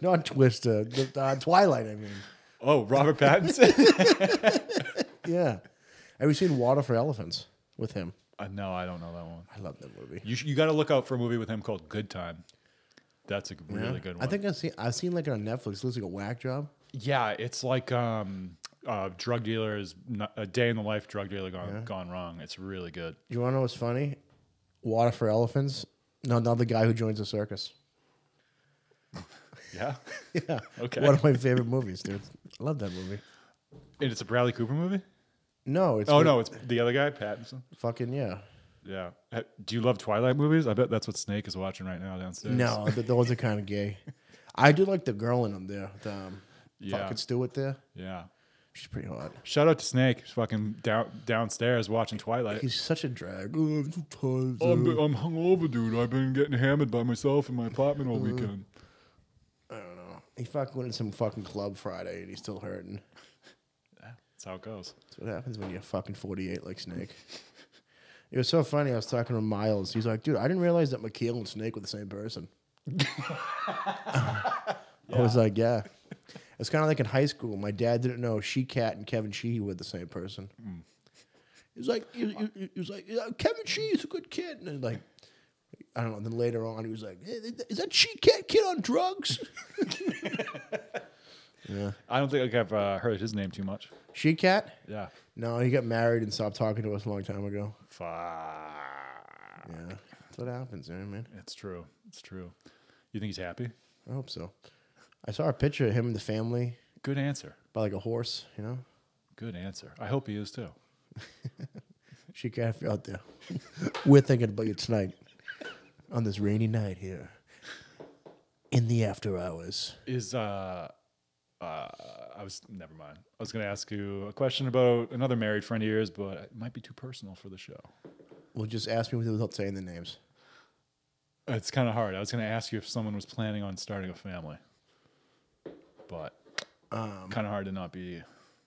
Not Twister, the, uh, Twilight. I mean, oh, Robert Pattinson? yeah. Have you seen Water for Elephants with him? uh, no, I don't know that one. I love that movie. You, sh- you got to look out for a movie with him called Good Time. That's a g- really Yeah. good one. I think I've seen I've seen like it on Netflix. It looks like a whack job. Yeah, it's like um, uh, drug dealers, n- a day in the life drug dealer gone gone wrong. It's really good. You want to know what's funny? Water for Elephants. No, not the guy who joins the circus. Yeah, Yeah. Okay. One of my favorite movies, dude. I love that movie. and it's a Bradley Cooper movie. No, it's Oh with no, it's the other guy, Pattinson. fucking yeah. Yeah. Ha- Do you love Twilight movies? I bet that's what Snake is watching right now downstairs. No, th- those are kind of gay. I do like the girl in them there. The um, Yeah. fucking Stewart there. Yeah. She's pretty hot. Shout out to Snake, he's fucking down downstairs watching Twilight. He's such a drag. Oh, I'm so tired, I'm, dude. I'm hungover, dude. I've been getting hammered by myself in my apartment Uh-huh. all weekend. He fucking went in some fucking club Friday and he's still hurting. That's how it goes. That's what happens when you're fucking 48 like Snake. it was so funny. I was talking to Miles. He's like, dude, I didn't realize that McKeel and Snake were the same person. I was like, yeah. It's kind of like in high school. My dad didn't know She Cat and Kevin Sheehy were the same person. He was like, he, he- he was like, "Yeah, Kevin Sheehy's a good kid. And then, like, I don't know. Then later on, he was like, "Eh, is that She Cat kid on drugs? I don't think I've uh, heard his name too much. she Cat? Yeah. No, he got married and stopped talking to us a long time ago. Fuck. Yeah, that's what happens, you know what I mean? It's true. It's true. You think he's happy? I hope so. I saw a picture of him and the family Good answer. by like a horse, you know? Good answer. I hope he is too. She cat if you're out there. We're thinking about you tonight on this rainy night here in the after hours. Is uh, uh, I was never mind. I was going to ask you a question about another married friend of yours, but it might be too personal for the show. Well, just ask me without saying the names. It's kind of hard. I was going to ask you if someone was planning on starting a family, but kind of hard to not be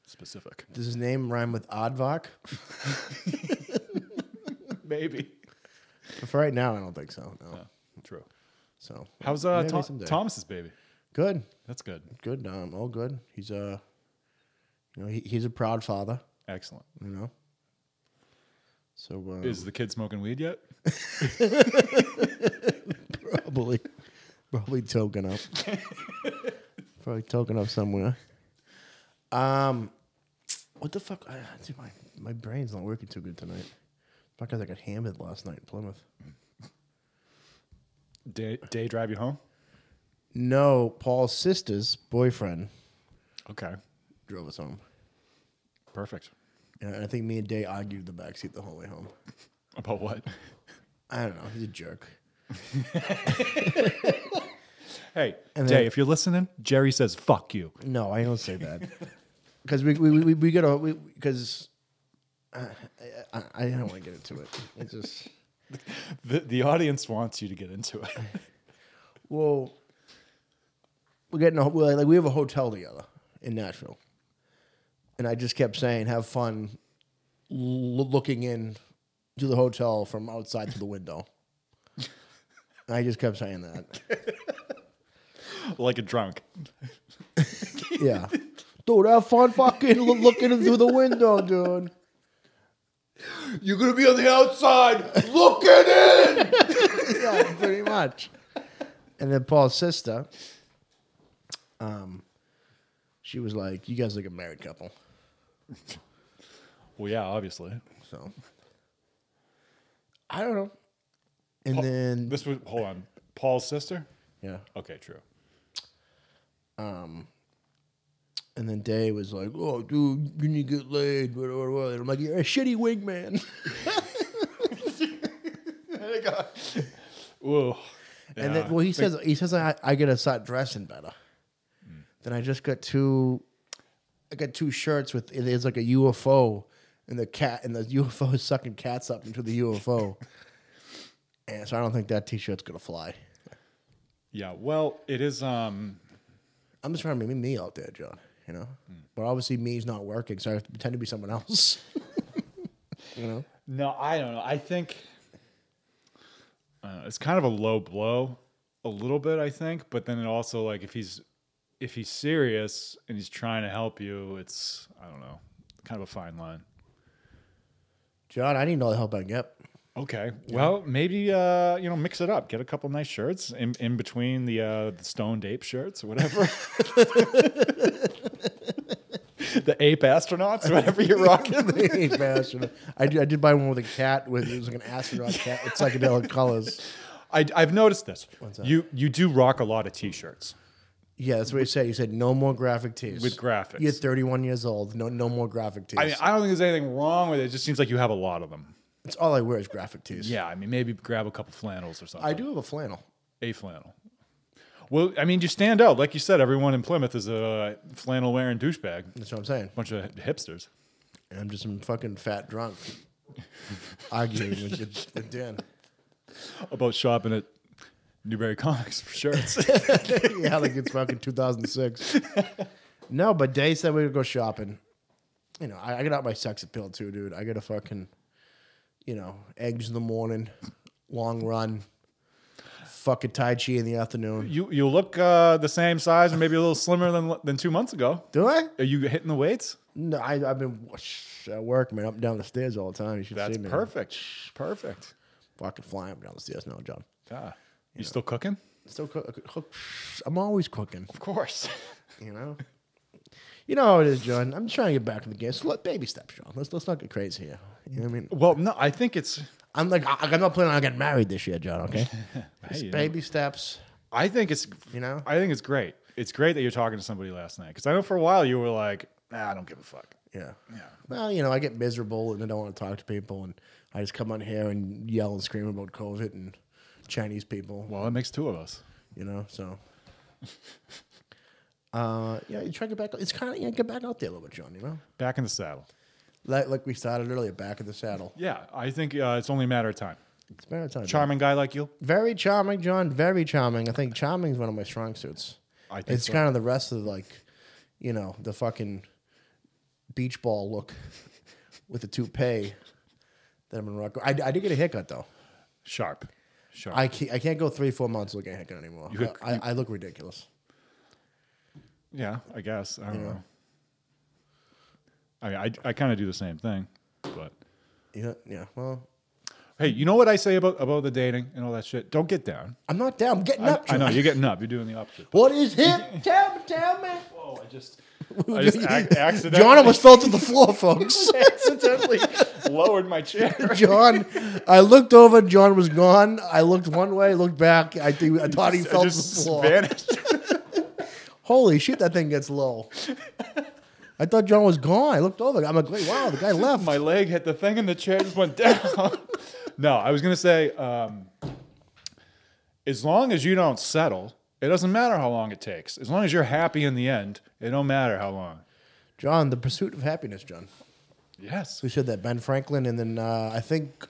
specific. Does his name rhyme with Oddvok? Maybe. For right now, I don't think so. No. True. So How's uh, maybe Tom- someday. Thomas's baby? Good, That's good. good. Um, all good. He's uh, you know, he, he's a proud father. Excellent. You know. So uh, Is the kid smoking weed yet? probably, probably token up. probably token up somewhere. Um, what the fuck? I, dude, my my brain's not working too good tonight. Fuck, I got hammered last night in Plymouth. Day, day drive you home? No, Paul's sister's boyfriend Okay. drove us home, Perfect. and I think me and Day argued in the backseat the whole way home. About what? I don't know. He's a jerk. Hey, And Day, then- if you're listening, Jerry says, fuck you. No, I don't say that. Because we we we, we gotta because I, I I don't want to get into it. It's just The, the audience wants you to get into it. well, we're getting a we're like we have a hotel together in Nashville, and I just kept saying have fun l- looking in to the hotel from outside through the window. I just kept saying that. like a drunk. Yeah. Dude, have fun fucking l- looking through the window, dude. You're going to be on the outside looking in. yeah, pretty much. And then Paul's sister, um, she was like, "You guys look a married couple." Well, yeah, obviously. So I don't know. And then This was, hold on, Paul's sister? yeah, Okay, true. and then Day was like, "Oh, dude, you need to get laid." Blah, blah, blah. And I'm like, "You're a shitty wingman." Whoa. And then, well, he says, he says, I, I gotta start dressing better. Then I just got two, I got two shirts with it is like a UFO, and the cat and the UFO is sucking cats up into the UFO. and so I don't think that T-shirt's gonna fly. Yeah, well, it is. um I'm just trying to be me out there, John. You know, but obviously me's not working, so I have to pretend to be someone else. No, I don't know. I think uh, it's kind of a low blow, a little bit. I think, but then it also like if he's if he's serious and he's trying to help you, it's I don't know, kind of a fine line. John, I need all the help I can get. Okay, well maybe uh, you know mix it up, get a couple nice shirts in, in between the uh, the stoned ape shirts or whatever. the ape astronauts, whatever you're rocking. Bastard. I did, I did buy one with a cat with it was like an astronaut cat with psychedelic colors. I, I've noticed this. that? You you do rock a lot of t-shirts. Yeah, that's what he said. He said no more graphic tees. With graphics. You're 31 years old. No, no more graphic tees. I mean, I don't think there's anything wrong with it. It just seems like you have a lot of them. it's all I wear is graphic tees. Yeah, I mean, maybe grab a couple flannels or something. I do have a flannel. a flannel. Well, I mean, you stand out, like you said. Everyone in Plymouth is a flannel wearing douchebag, That's what I'm saying. bunch of hipsters. And I'm just some fucking fat drunk arguing with, with, with Dan. About shopping at Newberry Comics for shirts. yeah, like it's fucking 2006. no, but Day said we would go shopping. You know, I, I got out my sex appeal too, dude. I got a fucking, you know, eggs in the morning, long run, fucking Tai Chi in the afternoon. you you look uh, the same size, and maybe a little slimmer than than two months ago. Do I? Are you hitting the weights? No, I, I've been whoosh, at work, man, up and down the stairs all the time. You should That's see me. perfect. Perfect. Fucking flying up and down the stairs now, John. Yeah. Ah, You still cooking? Still cook, cook. I'm always cooking, Of course. you know. You know how it is, John. I'm trying to get back in the game. So let baby steps, John. Let's let's not get crazy here. You know what I mean? Well, no, I think it's. I'm like I, I'm not planning on getting married this year, John. Okay. Just Hey, you know- baby steps. I think it's You know? I think it's great. It's great that you're talking to somebody last night because I know for a while you were like, nah, I don't give a fuck. Yeah. Yeah. Well, you know, I get miserable and I don't want to talk to people, and I just come on here and yell and scream about COVID and Chinese people. Well, that makes two of us. you know. So, uh, yeah, you try to get back. It's kind of yeah, get back out there a little bit, John. You know, Back in the saddle. like like we started earlier, back in the saddle. Yeah, I think uh, it's only a matter of time. It's about time. John. Charming guy like you. very charming, John. Very charming. I think charming is one of my strong suits. I think it's so. kind of the rest of like, you know, the fucking beach ball look with the toupee that I'm in rock. I, I did get a haircut though. Sharp. Sharp. I can't, I can't go three four months looking at a haircut anymore. You look- I, I, I look ridiculous. yeah, I guess. I don't know. I mean, I, I kind of do the same thing, but You know, yeah. Well, Hey, you know what I say about about the dating and all that shit? Don't get down. I'm not down. I'm getting up. I know John. you're getting up. You're doing the opposite. What is hip? tell me, tell me. Oh, I just, I just ac- accidentally John almost fell to the floor, folks. accidentally lowered my chair. John, I looked over. John was gone. I looked one way, looked back. I think I thought he fell I to the just floor. vanished. Holy shit, that thing gets low. I thought John was gone. I looked over. I'm like, wait, wow, the guy left. My leg hit the thing and the chair just went down. no, I was gonna say, um, as long as you don't settle, it doesn't matter how long it takes. As long as you're happy in the end, it don't matter how long. John, the pursuit of happiness, John. Yes, Who said that? Ben Franklin, and then uh, I think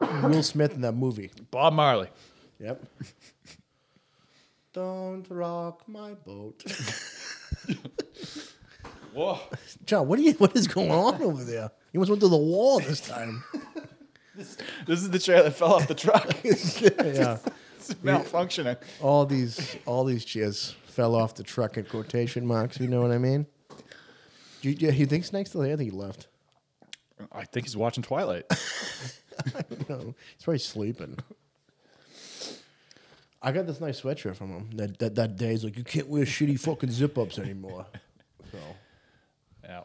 Will Smith in that movie. Bob Marley. Yep. Don't rock my boat, Whoa. John. What are you? What is going on over there? You almost went through the wall this time. This is the chair that fell off the truck. yeah. It's malfunctioning. All these, all these chairs fell off the truck in quotation marks. You know what I mean? Do you, yeah, you think Snake's still there? I think he left. I think he's watching Twilight. No, he's probably sleeping. I got this nice sweatshirt from him. That that, that day, he's like, you can't wear shitty fucking zip ups anymore. So yeah.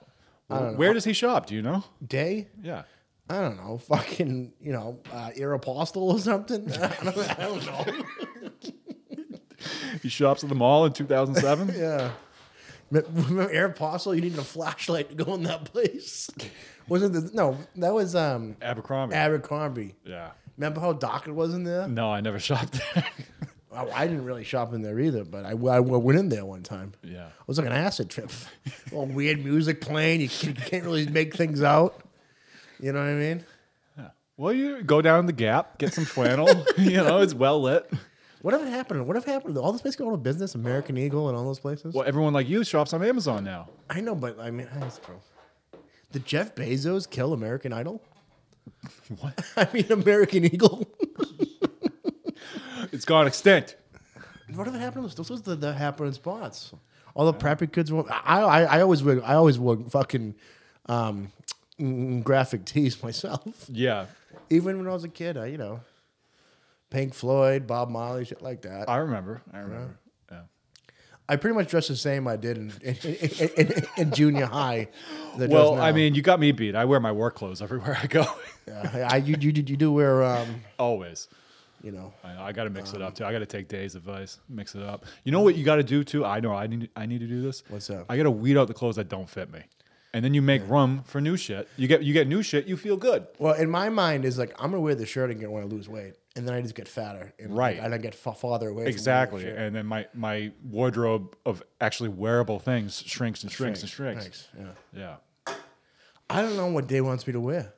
Where does he shop? Do you know? day, Yeah. I don't know, fucking you know, uh, Aeropostale or something. I don't, I don't know. He shops at the mall in 2007. Yeah. Me- Remember Aeropostale? You needed a flashlight to go in that place. Wasn't the no? That was um Abercrombie. Abercrombie. yeah. Remember how dark it was in there? No, I never shopped there. I, I didn't really shop in there either, but I, I went in there one time. Yeah. It was like an acid trip. All weird music playing. You can't, you can't really make things out. You know what I mean? well, you go down the Gap, get some flannel. you know, it's well lit. Whatever happened? Whatever happened? to All those places go out of business. American Eagle and all those places. Well, everyone like you shops on Amazon now. I know, but I mean, that's true. Did Jeff Bezos kill American Idol? What? I mean, American Eagle. It's gone extinct. whatever happened? to Those Those was the, the happening spots. All the preppy kids. Were, I, I I always wear I always wore fucking um, mm, graphic tees myself. Yeah. even when I was a kid, I you know, Pink Floyd, Bob Marley, shit like that. I, I remember. I remember. Yeah. pretty much dressed the same I did in in, in, in, in junior high. as I dress Well, I now. mean, you got me beat. I wear my work clothes everywhere I go. yeah, I, you, you you do wear um, Always. you know, I, I got to mix Um, it up too. I got to take Day's advice, mix it up. You know what you got to do too? I know I need I need to do this. What's that? I got to weed out the clothes that don't fit me, and then you make room for new shit. You get you get new shit. You feel good. well, in my mind is like I'm gonna wear the shirt and get when I lose weight, and then I just get fatter, and Right. and I get fa- farther away. Exactly. From wearing And then my my wardrobe of actually wearable things shrinks and shrinks, the shirt. and shrinks. Thanks, yeah. Yeah. I don't know what Day wants me to wear.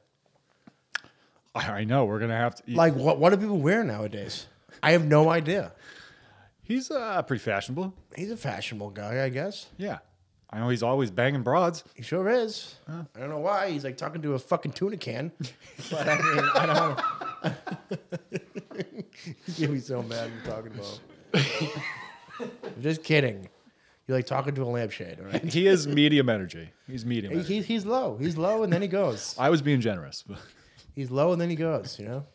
I, I know we're gonna have to. Like, what what do people wear nowadays? I have no idea. he's uh, pretty fashionable. He's a fashionable guy, I guess. Yeah. I know he's always banging broads. He sure is. I don't know why. He's like talking to a fucking tuna can. But I mean, I don't. He's gonna be so mad and talking about. I'm just kidding. You're like talking to a lampshade, all right? He is medium energy. He's medium. He, Energy. he's, he's low. He's low, and then he goes. I was being generous. But He's low, and then he goes. You know,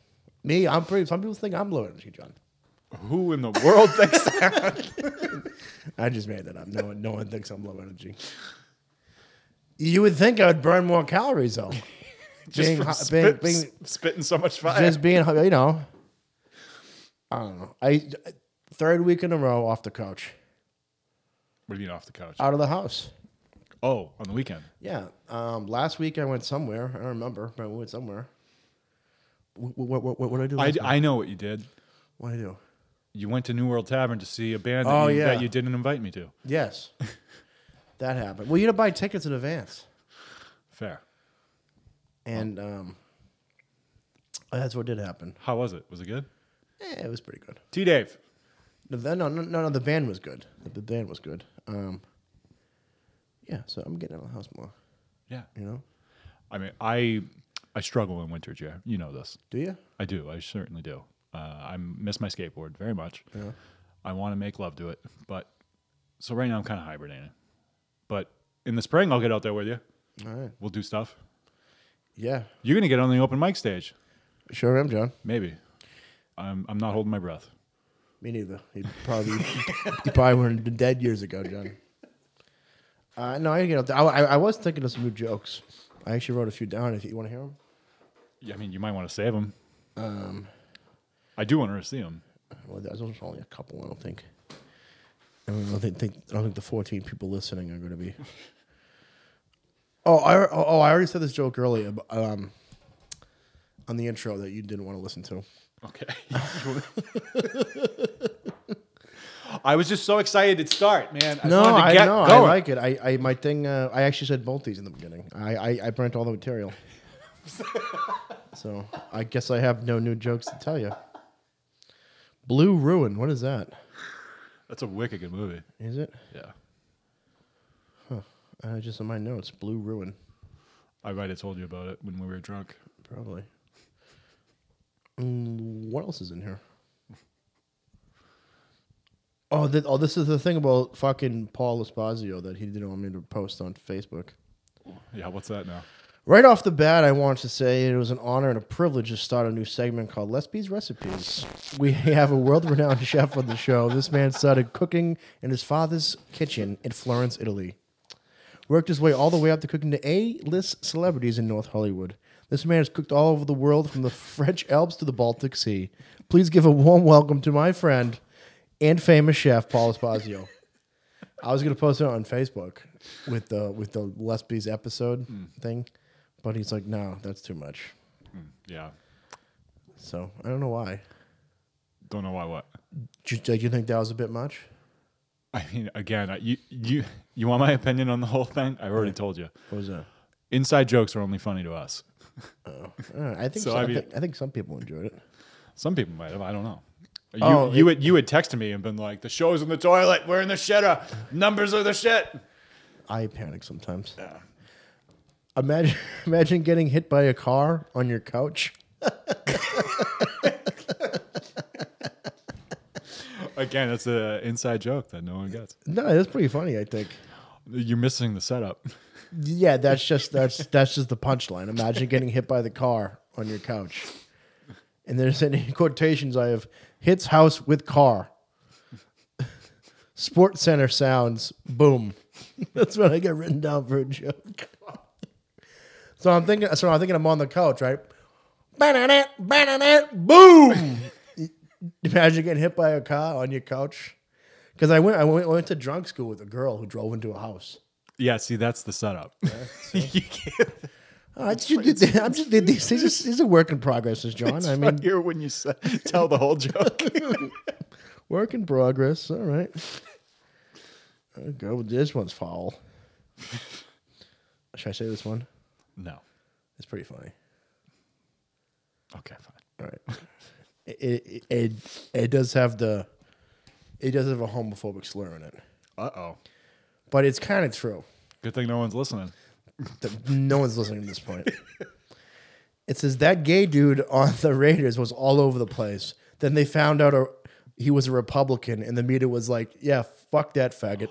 me. I'm pretty. Some people think I'm low energy, John. who in the world thinks that? I just made that up. No one, no one thinks I'm low energy. You would think I would burn more calories though. Just Being from hot- spit- being- s- spitting so much fire. just being, you know, I don't know. I third week in a row off the couch, what do you mean off the couch? out of the house. oh, on the weekend. Yeah. Um, last week I went somewhere. I don't remember, but I went somewhere. What, what, what, what did I do? I, last week? I know what you did. what did I do? You went to New World Tavern to see a band that, Oh, you, yeah. that you didn't invite me to. Yes, that happened. Well, you had to buy tickets in advance, Fair. and um, that's what did happen. How was it? Was it good? Eh, it was pretty good. T Dave. No, the, no, no, no, no, the band was good. The band was good. Um, yeah, so I'm getting out of the house more. Yeah. You know? I mean, I I struggle in winter, Jer. You know this. Do you? I do. I certainly do. Uh, I miss my skateboard very much. I want to make love to it, but so right now I'm kind of hibernating. But in the spring, I'll get out there with you. All right. We'll do stuff. Yeah. You're gonna get on the open mic stage. Sure am, John. Maybe. I'm I'm not holding my breath. Me neither. He probably he probably would have been dead years ago, John. Uh, no, I didn't get up there. I, I- I was thinking of some new jokes. I actually wrote a few down. If you want to hear them, Yeah, I mean, you might want to save them. Um, I do want to see them. well, there's only a couple. I don't think. I mean, I don't think, think- I don't think the 14 people listening are going to be. Oh, I al- oh, I already said this joke earlier, but, um, on the intro that you didn't want to listen to. Okay. I was just so excited to start, man. I No, wanted to I get know. I going. like it. I, I my thing. Uh, I actually said multis in the beginning. I, I I burnt all the material. so I guess I have no new jokes to tell you. Blue Ruin. What is that? That's a wicked good movie. Is it? Yeah. Uh, just in my notes. Blue Ruin. I might have told you about it when we were drunk. Probably. Mm, what else is in here? Oh, th- oh, this is the thing about fucking Paul Esposito that he didn't want me to post on Facebook. Yeah, what's that now? Right off the bat, I want to say it was an honor and a privilege to start a new segment called Lesby's Recipes. We have a world renowned chef on the show. This man started cooking in his father's kitchen in Florence, Italy. Worked his way all the way up to cooking to A list celebrities in North Hollywood. This man has cooked all over the world from the French Alps to the Baltic Sea. Please give a warm welcome to my friend and famous chef, Paul Esposito. I was gonna post it on Facebook with the with the Lesbies episode Hmm. thing, but he's like, no, that's too much. Yeah. So I don't know why. Don't know why what. Did you, did you think that was a bit much? I mean, again, I- you you you want my opinion on the whole thing? I already told you. What was that? Inside jokes are only funny to us. Uh, I think So, so- I, I mean- think, I think some people enjoyed it. Some people might have. I don't know. You Oh, you had you had texted me and been like, "The show's in the toilet. We're in the shitter. Numbers are the shit." I panic sometimes. Imagine imagine getting hit by a car on your couch. Again, that's an inside joke that no one gets. No, that's pretty funny. I think. You're missing the setup. Yeah, that's just that's that's just the punchline. Imagine getting hit by the car on your couch. And there's any quotations I have hits house with car. Sports Center sounds boom. That's what I got written down for a joke. So I'm thinking so I'm thinking I'm on the couch, right? Ba-da-da, ba-da-da, Boom. Imagine getting hit by a car on your couch. Cause I went I went, I went to drunk school with a girl who drove into a house. Yeah, see, that's the setup. you can't I just, did- I'm just, did this, this, is, this is a work in progress, is John. I mean, hear when you say, tell the whole joke. work in progress. All right. I'll go with this one's foul. Should I say this one? no. It's pretty funny. Okay, fine. All right. It, it, it, it does have the, it does have a homophobic slur in it, Uh oh. but it's kind of true. Good thing no one's listening. that no one's listening at this point. It says that gay dude on the Raiders was all over the place. Then they found out a, he was a Republican, and the media was like, "Yeah, fuck that faggot."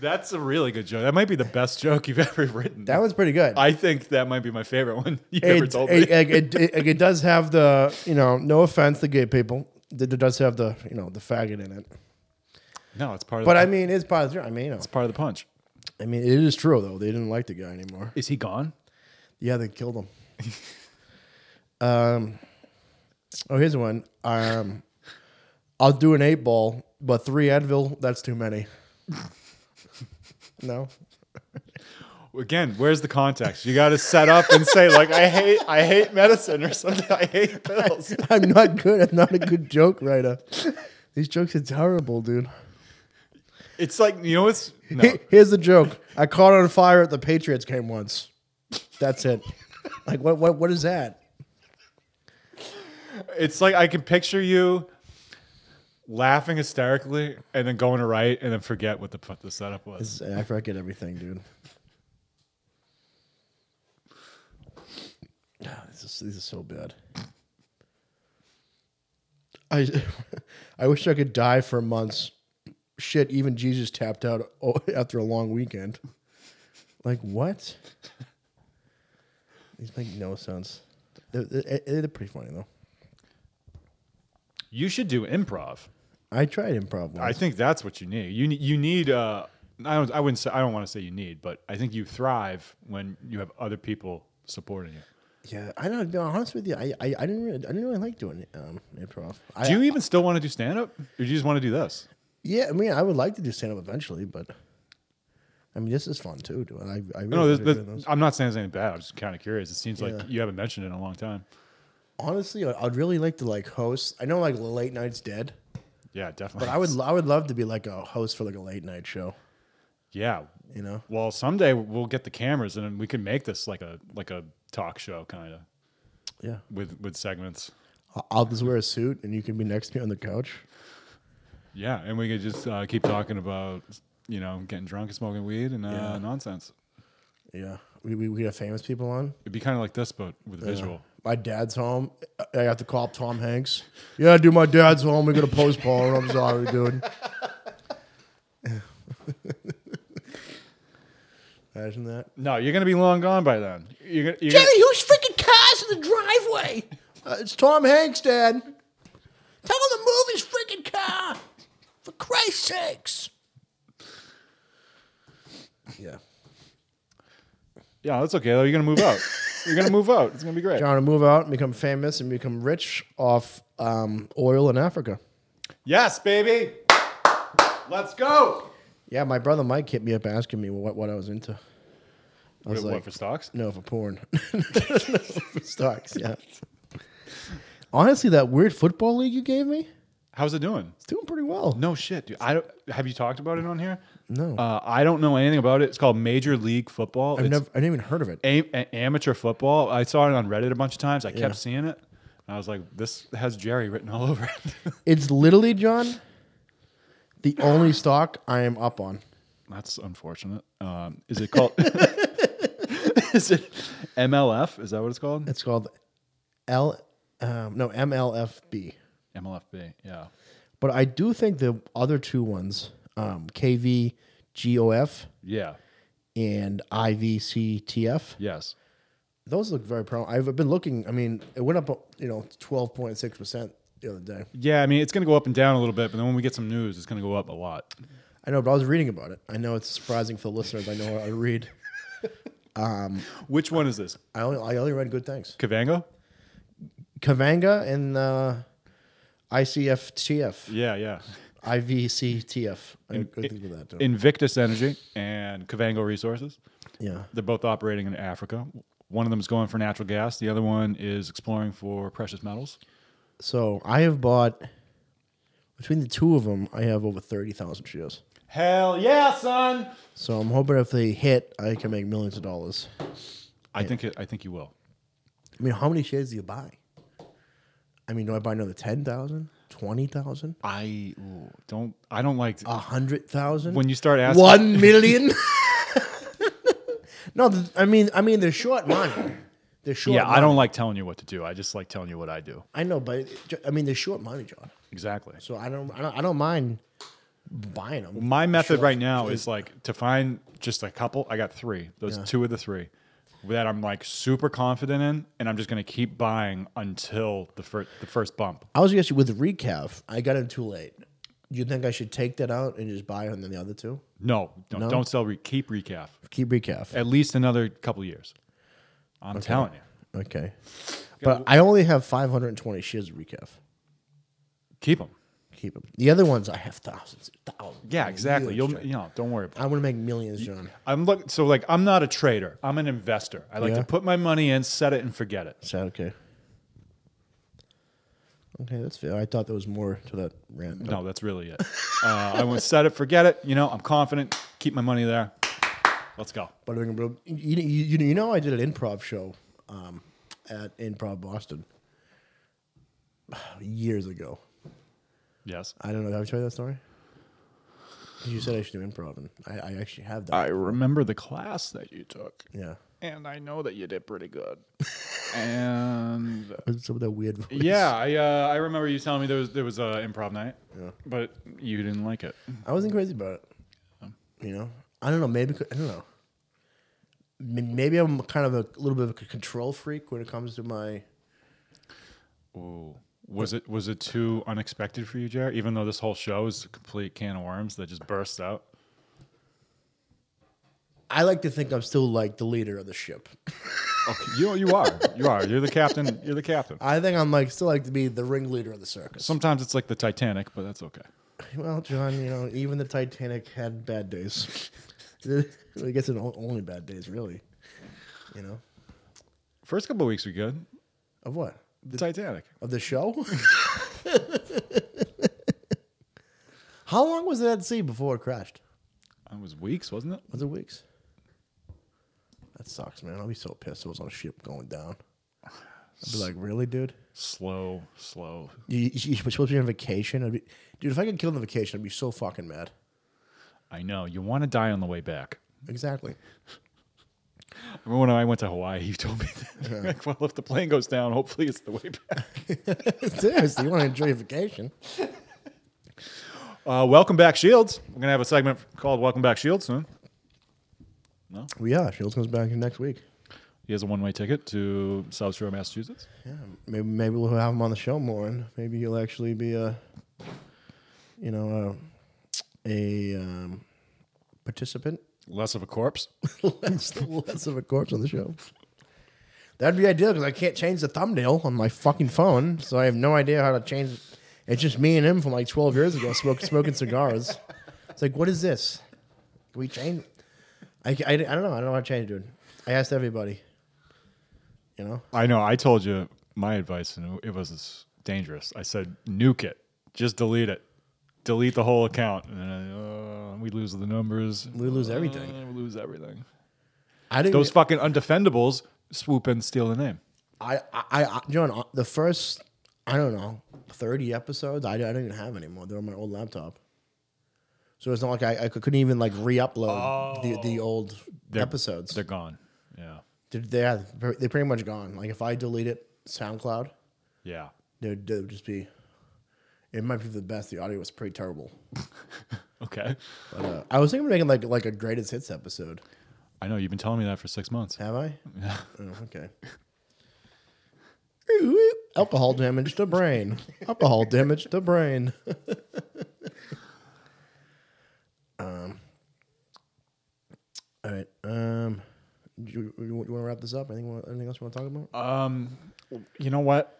That's a really good joke. That might be the best joke you've ever written. That one's pretty good. I think that might be my favorite one you ever it, told it, me. it, it, it- it does have the you know, no offense to gay people, it does have the you know the faggot in it. No, it's part of But the, I mean, it's positive. I mean, you know, it's part of the punch. I mean, it is true though. They didn't like the guy anymore. Is he gone? Yeah, they killed him. um, oh, here's one. Um, I'll do an eight ball, but three Advil, that's too many. no? Again, where's the context? You got to set up and say like, "I hate, I hate medicine" or something. I hate pills. I'm not good. I'm not a good joke writer. These jokes are terrible, dude. It's like you know, it's no. He- Here's the joke. I caught on fire at the Patriots game once. That's it. Like what what what is that? It's like I can picture you laughing hysterically and then going to right and then forget what the what the setup was. It's- I forget everything, dude. Ah, This is, this is so bad. I I wish I could die for months. Shit, even Jesus tapped out o- after a long weekend. Like what? These make no sense. They're, they're, they're pretty funny though. You should do improv. I tried improv once. I think that's what you need. You need you need. Uh, I don't. I wouldn't. Say, I don't want to say you need, but I think you thrive when you have other people supporting you. yeah, I know. To be honest with you, I, I, I didn't really, I didn't really like doing um, improv. I, Do you even still want to do stand up, or do you just want to do this? Yeah, I mean, I would like to do stand up eventually, but I mean, this is fun too. dude. I, I really No, this, enjoy doing those. this- I'm not saying there's anything bad. I'm just kind of curious. It seems Yeah. like you haven't mentioned it in a long time. honestly, I- I'd really like to like host. I know like late night's dead, Yeah, definitely. but I would, I would love to be like a host for like a late night show. Yeah. You know, Well, someday we'll get the cameras and we can make this like a like a talk show kind of yeah, with with segments. I- I'll just wear a suit and you can be next to me on the couch. Yeah, and we could just uh, keep talking about you know getting drunk and smoking weed and uh, nonsense. Yeah, we we, we have famous people on. It'd be kind of like this, but with visual. My dad's home. I got to call up Tom Hanks. Yeah, dude, my dad's home. We're gonna postpone. I'm sorry, dude. Imagine that. No, you're gonna be long gone by then. You're gonna, you're Jimmy, whose freaking car's in the driveway? Uh, it's Tom Hanks, Dad. Tell him to move his freaking car. For Christ's sakes. Yeah. gonna- yeah, that's okay though. You're gonna move out. you're gonna move out. It's gonna be great. Trying to move out and become famous and become rich off um, oil in Africa. Yes, baby. Let's go. Yeah, my brother Mike hit me up asking me what, what I was into. I was what like, for stocks? no, for porn. no, for stocks, yeah. Honestly, that weird football league you gave me, How's it doing? it's doing pretty well. No shit, dude. I don't, have you talked about it on here? No. Uh, I don't know anything about it. It's called Major League Football. I've It's never, I didn't even heard of it. a- a- amateur football. I saw it on Reddit a bunch of times. I Yeah. kept seeing it. And I was like, this has Jerry written all over it. It's literally, John, the only stock I am up on. That's unfortunate. Um, is it called? is it MLF? Is that what it's called? It's called L, um, no, MLFB. MLFB. Yeah. But I do think the other two ones, um, KVGOF Yeah. and IVCTF, Yes. those look very promising. I've been looking. I mean, it went up, you know, twelve point six percent the other day. Yeah. I mean, it's going to go up and down a little bit, but then when we get some news, it's going to go up a lot. I know, but I was reading about it. I know it's surprising for the listeners. I know I read. Which one is this? I only I only read good things. Kavango? Kavanga and uh, ICFTF, Yeah. Yeah. IVCTF. I agree with that. Too. Invictus Energy and Kavango Resources. yeah, They're both operating in Africa. One of them is going for natural gas. The other one is exploring for precious metals. So I have bought between the two of them, I have over thirty thousand shares. Hell yeah, son! So I'm hoping if they hit, I can make millions of dollars. I I think it, I think you will. mean, how many shares do you buy? I mean, do I buy another 10,000, 20,000, I ooh, don't. I don't like 100,000? when you start asking. 1 million? no, th- I mean, I mean, they're short money. They're short. Yeah, money. I don't like telling you what to do. I just like telling you what I do. I know, but it- ju- I mean, they're short money, John. Exactly. So I don't, I don't, I don't mind buying them. My method right now is like to find just a couple. I got three. Those two of the three that I'm like super confident in, and I'm just gonna keep buying until the first the first bump. I was actually with Recav. I got in too late. Do you think I should take that out and just buy on the other two? No, don't, don't sell. Re- keep recaf. Keep Recav. at least another couple years. I'm telling you. Okay. But I only have 520 shares of Recaf. Keep them. Keep them. The other ones I have thousands. thousands I Yeah, mean, exactly. millions, You'll John. you know, don't worry about it. I want to make millions, John. I'm look so like I'm not a trader. I'm an investor. I like Yeah. to put my money in, set it and forget it. Is that okay? Okay, that's fair. I thought there was more to that rant. No, that's really it. Uh, I want to set it, forget it. You know, I'm confident. Keep my money there. Let's go. But I'm gonna- you, you, you know, I did an improv show um, at Improv Boston years ago. Yes. I don't know. Have I told you that story? 'Cause You said I should do improv, and I, I actually have that. I remember the class that you took, yeah. and I know that you did pretty good. and Some of that weird voice. Yeah, I uh, I remember you telling me there was there was a improv night. But you didn't like it. I wasn't crazy about it. You know, I don't know. Maybe 'cause- I don't know. m- maybe I'm kind of a little bit of a c- control freak when it comes to my. Was it was it too unexpected for you, Jared? Even though this whole show is a complete can of worms that just bursts out. I like to think I'm still like the leader of the ship. Okay, you you are you are you're the captain. You're the captain. I think I'm like still like to be the ringleader of the circus. Sometimes it's like the Titanic, but that's okay. Well, John, you know, even the Titanic had bad days. I guess it o- only bad days, really. You know, First couple of weeks we good. of what The Titanic. of the show? How long was it at sea before it crashed? It was weeks, wasn't it? Was it weeks? That sucks, man. I'll be so pissed. It was on a ship going down. I'd be like, really, dude? Slow, slow. You, you, you're supposed to be on vacation. I'd be, dude, if I could kill on the vacation, I'd be so fucking mad. I know. You want to die on the way back. Exactly. Remember when I went to Hawaii, you told me that. like, well, if the plane goes down, hopefully it's the way back. Seriously, you want to enjoy your vacation? Uh, welcome back, Shields. We're gonna have a segment called "Welcome Back, Shields" soon. We are. Shields comes back next week. He has a one-way ticket to South Shore, Massachusetts. maybe maybe we'll have him on the show more, and maybe he'll actually be a, you know, a, a um, participant, Less of a corpse. less, less of a corpse on the show. That'd be ideal because I can't change the thumbnail on my fucking phone, so I have no idea how to change. it. It's just me and him from like twelve years ago, smoking smoking cigars. It's like, what is this? Can we change? I, I, I don't know. I don't know how to change, it, dude. I asked everybody. You know, I know. I told you my advice, and it was as dangerous. I said, nuke it. Just delete it. Delete the whole account, and then, uh, we lose the numbers. we lose everything. Uh, we lose everything. I didn't. Those fucking undefendables swoop in, steal the name. I, I, I, John, uh, the first, I don't know, 30 episodes, I, I didn't even have anymore. They're on my old laptop. So it's not like I, I couldn't even like re-upload the, the old Oh. They're- episodes. They're gone. Yeah. They're, they're, they're pretty much gone. Like if I delete it, SoundCloud, Yeah. there'd, there'd just be, it might be the best. The audio was pretty terrible. Okay. But, uh, I was thinking of making like, like a greatest hits episode. I know. You've been telling me that for six months. Have I? Yeah. Oh, okay. Alcohol damage to brain. Alcohol damage to brain. um, Um, all right. Um, do you, you, want to wrap this up? Anything, wa- anything else you want to talk about? You know what?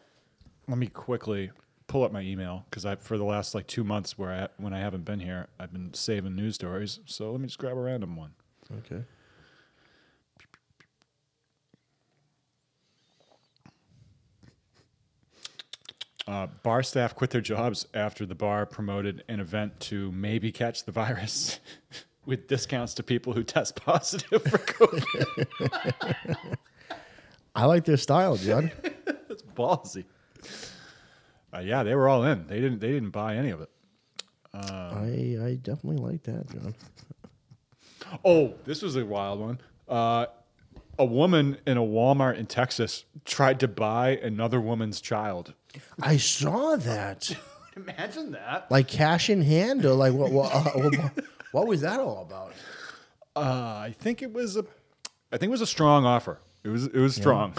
Let me quickly pull up my email because I for the last like two months where I when I haven't been here, I've been saving news stories. So let me just grab a random one. okay. Uh, bar staff quit their jobs after the bar promoted an event to maybe catch the virus with discounts to people who test positive for COVID. I like their style, John. That's ballsy. Uh, yeah, they were all in. They didn't. They didn't buy any of it. I, I definitely like that, John. Oh, this was a wild one. Uh, a woman in a Walmart in Texas tried to buy another woman's child. I saw that. Imagine that. Like cash in hand, or like what? What, uh, what, what was that all about? Uh, I think it was a, I think it was a strong offer. It was it was strong.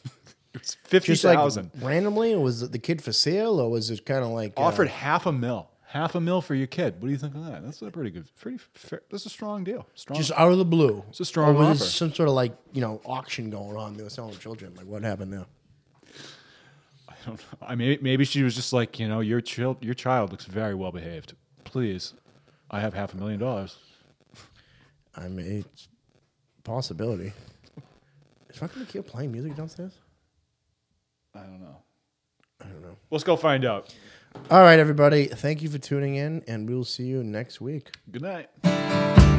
it was fifty just like thousand. randomly, or was it the kid for sale, or was it kind of like uh, Offered half a mil, half a mil for your kid. What do you think of that? That's a pretty good, pretty. Fair, that's a strong deal. Strong. just out of the blue? a strong or was offer. This some sort of like you know auction going on. They were selling children. Like what happened there? I don't know. I mean, maybe she was just like, you know, your child, your child looks very well behaved. Please, I have half a million dollars. I mean, it's a possibility. Is fucking kid playing music downstairs? I don't know. I don't know. Let's go find out. All right, everybody. Thank you for tuning in, and we will see you next week. Good night.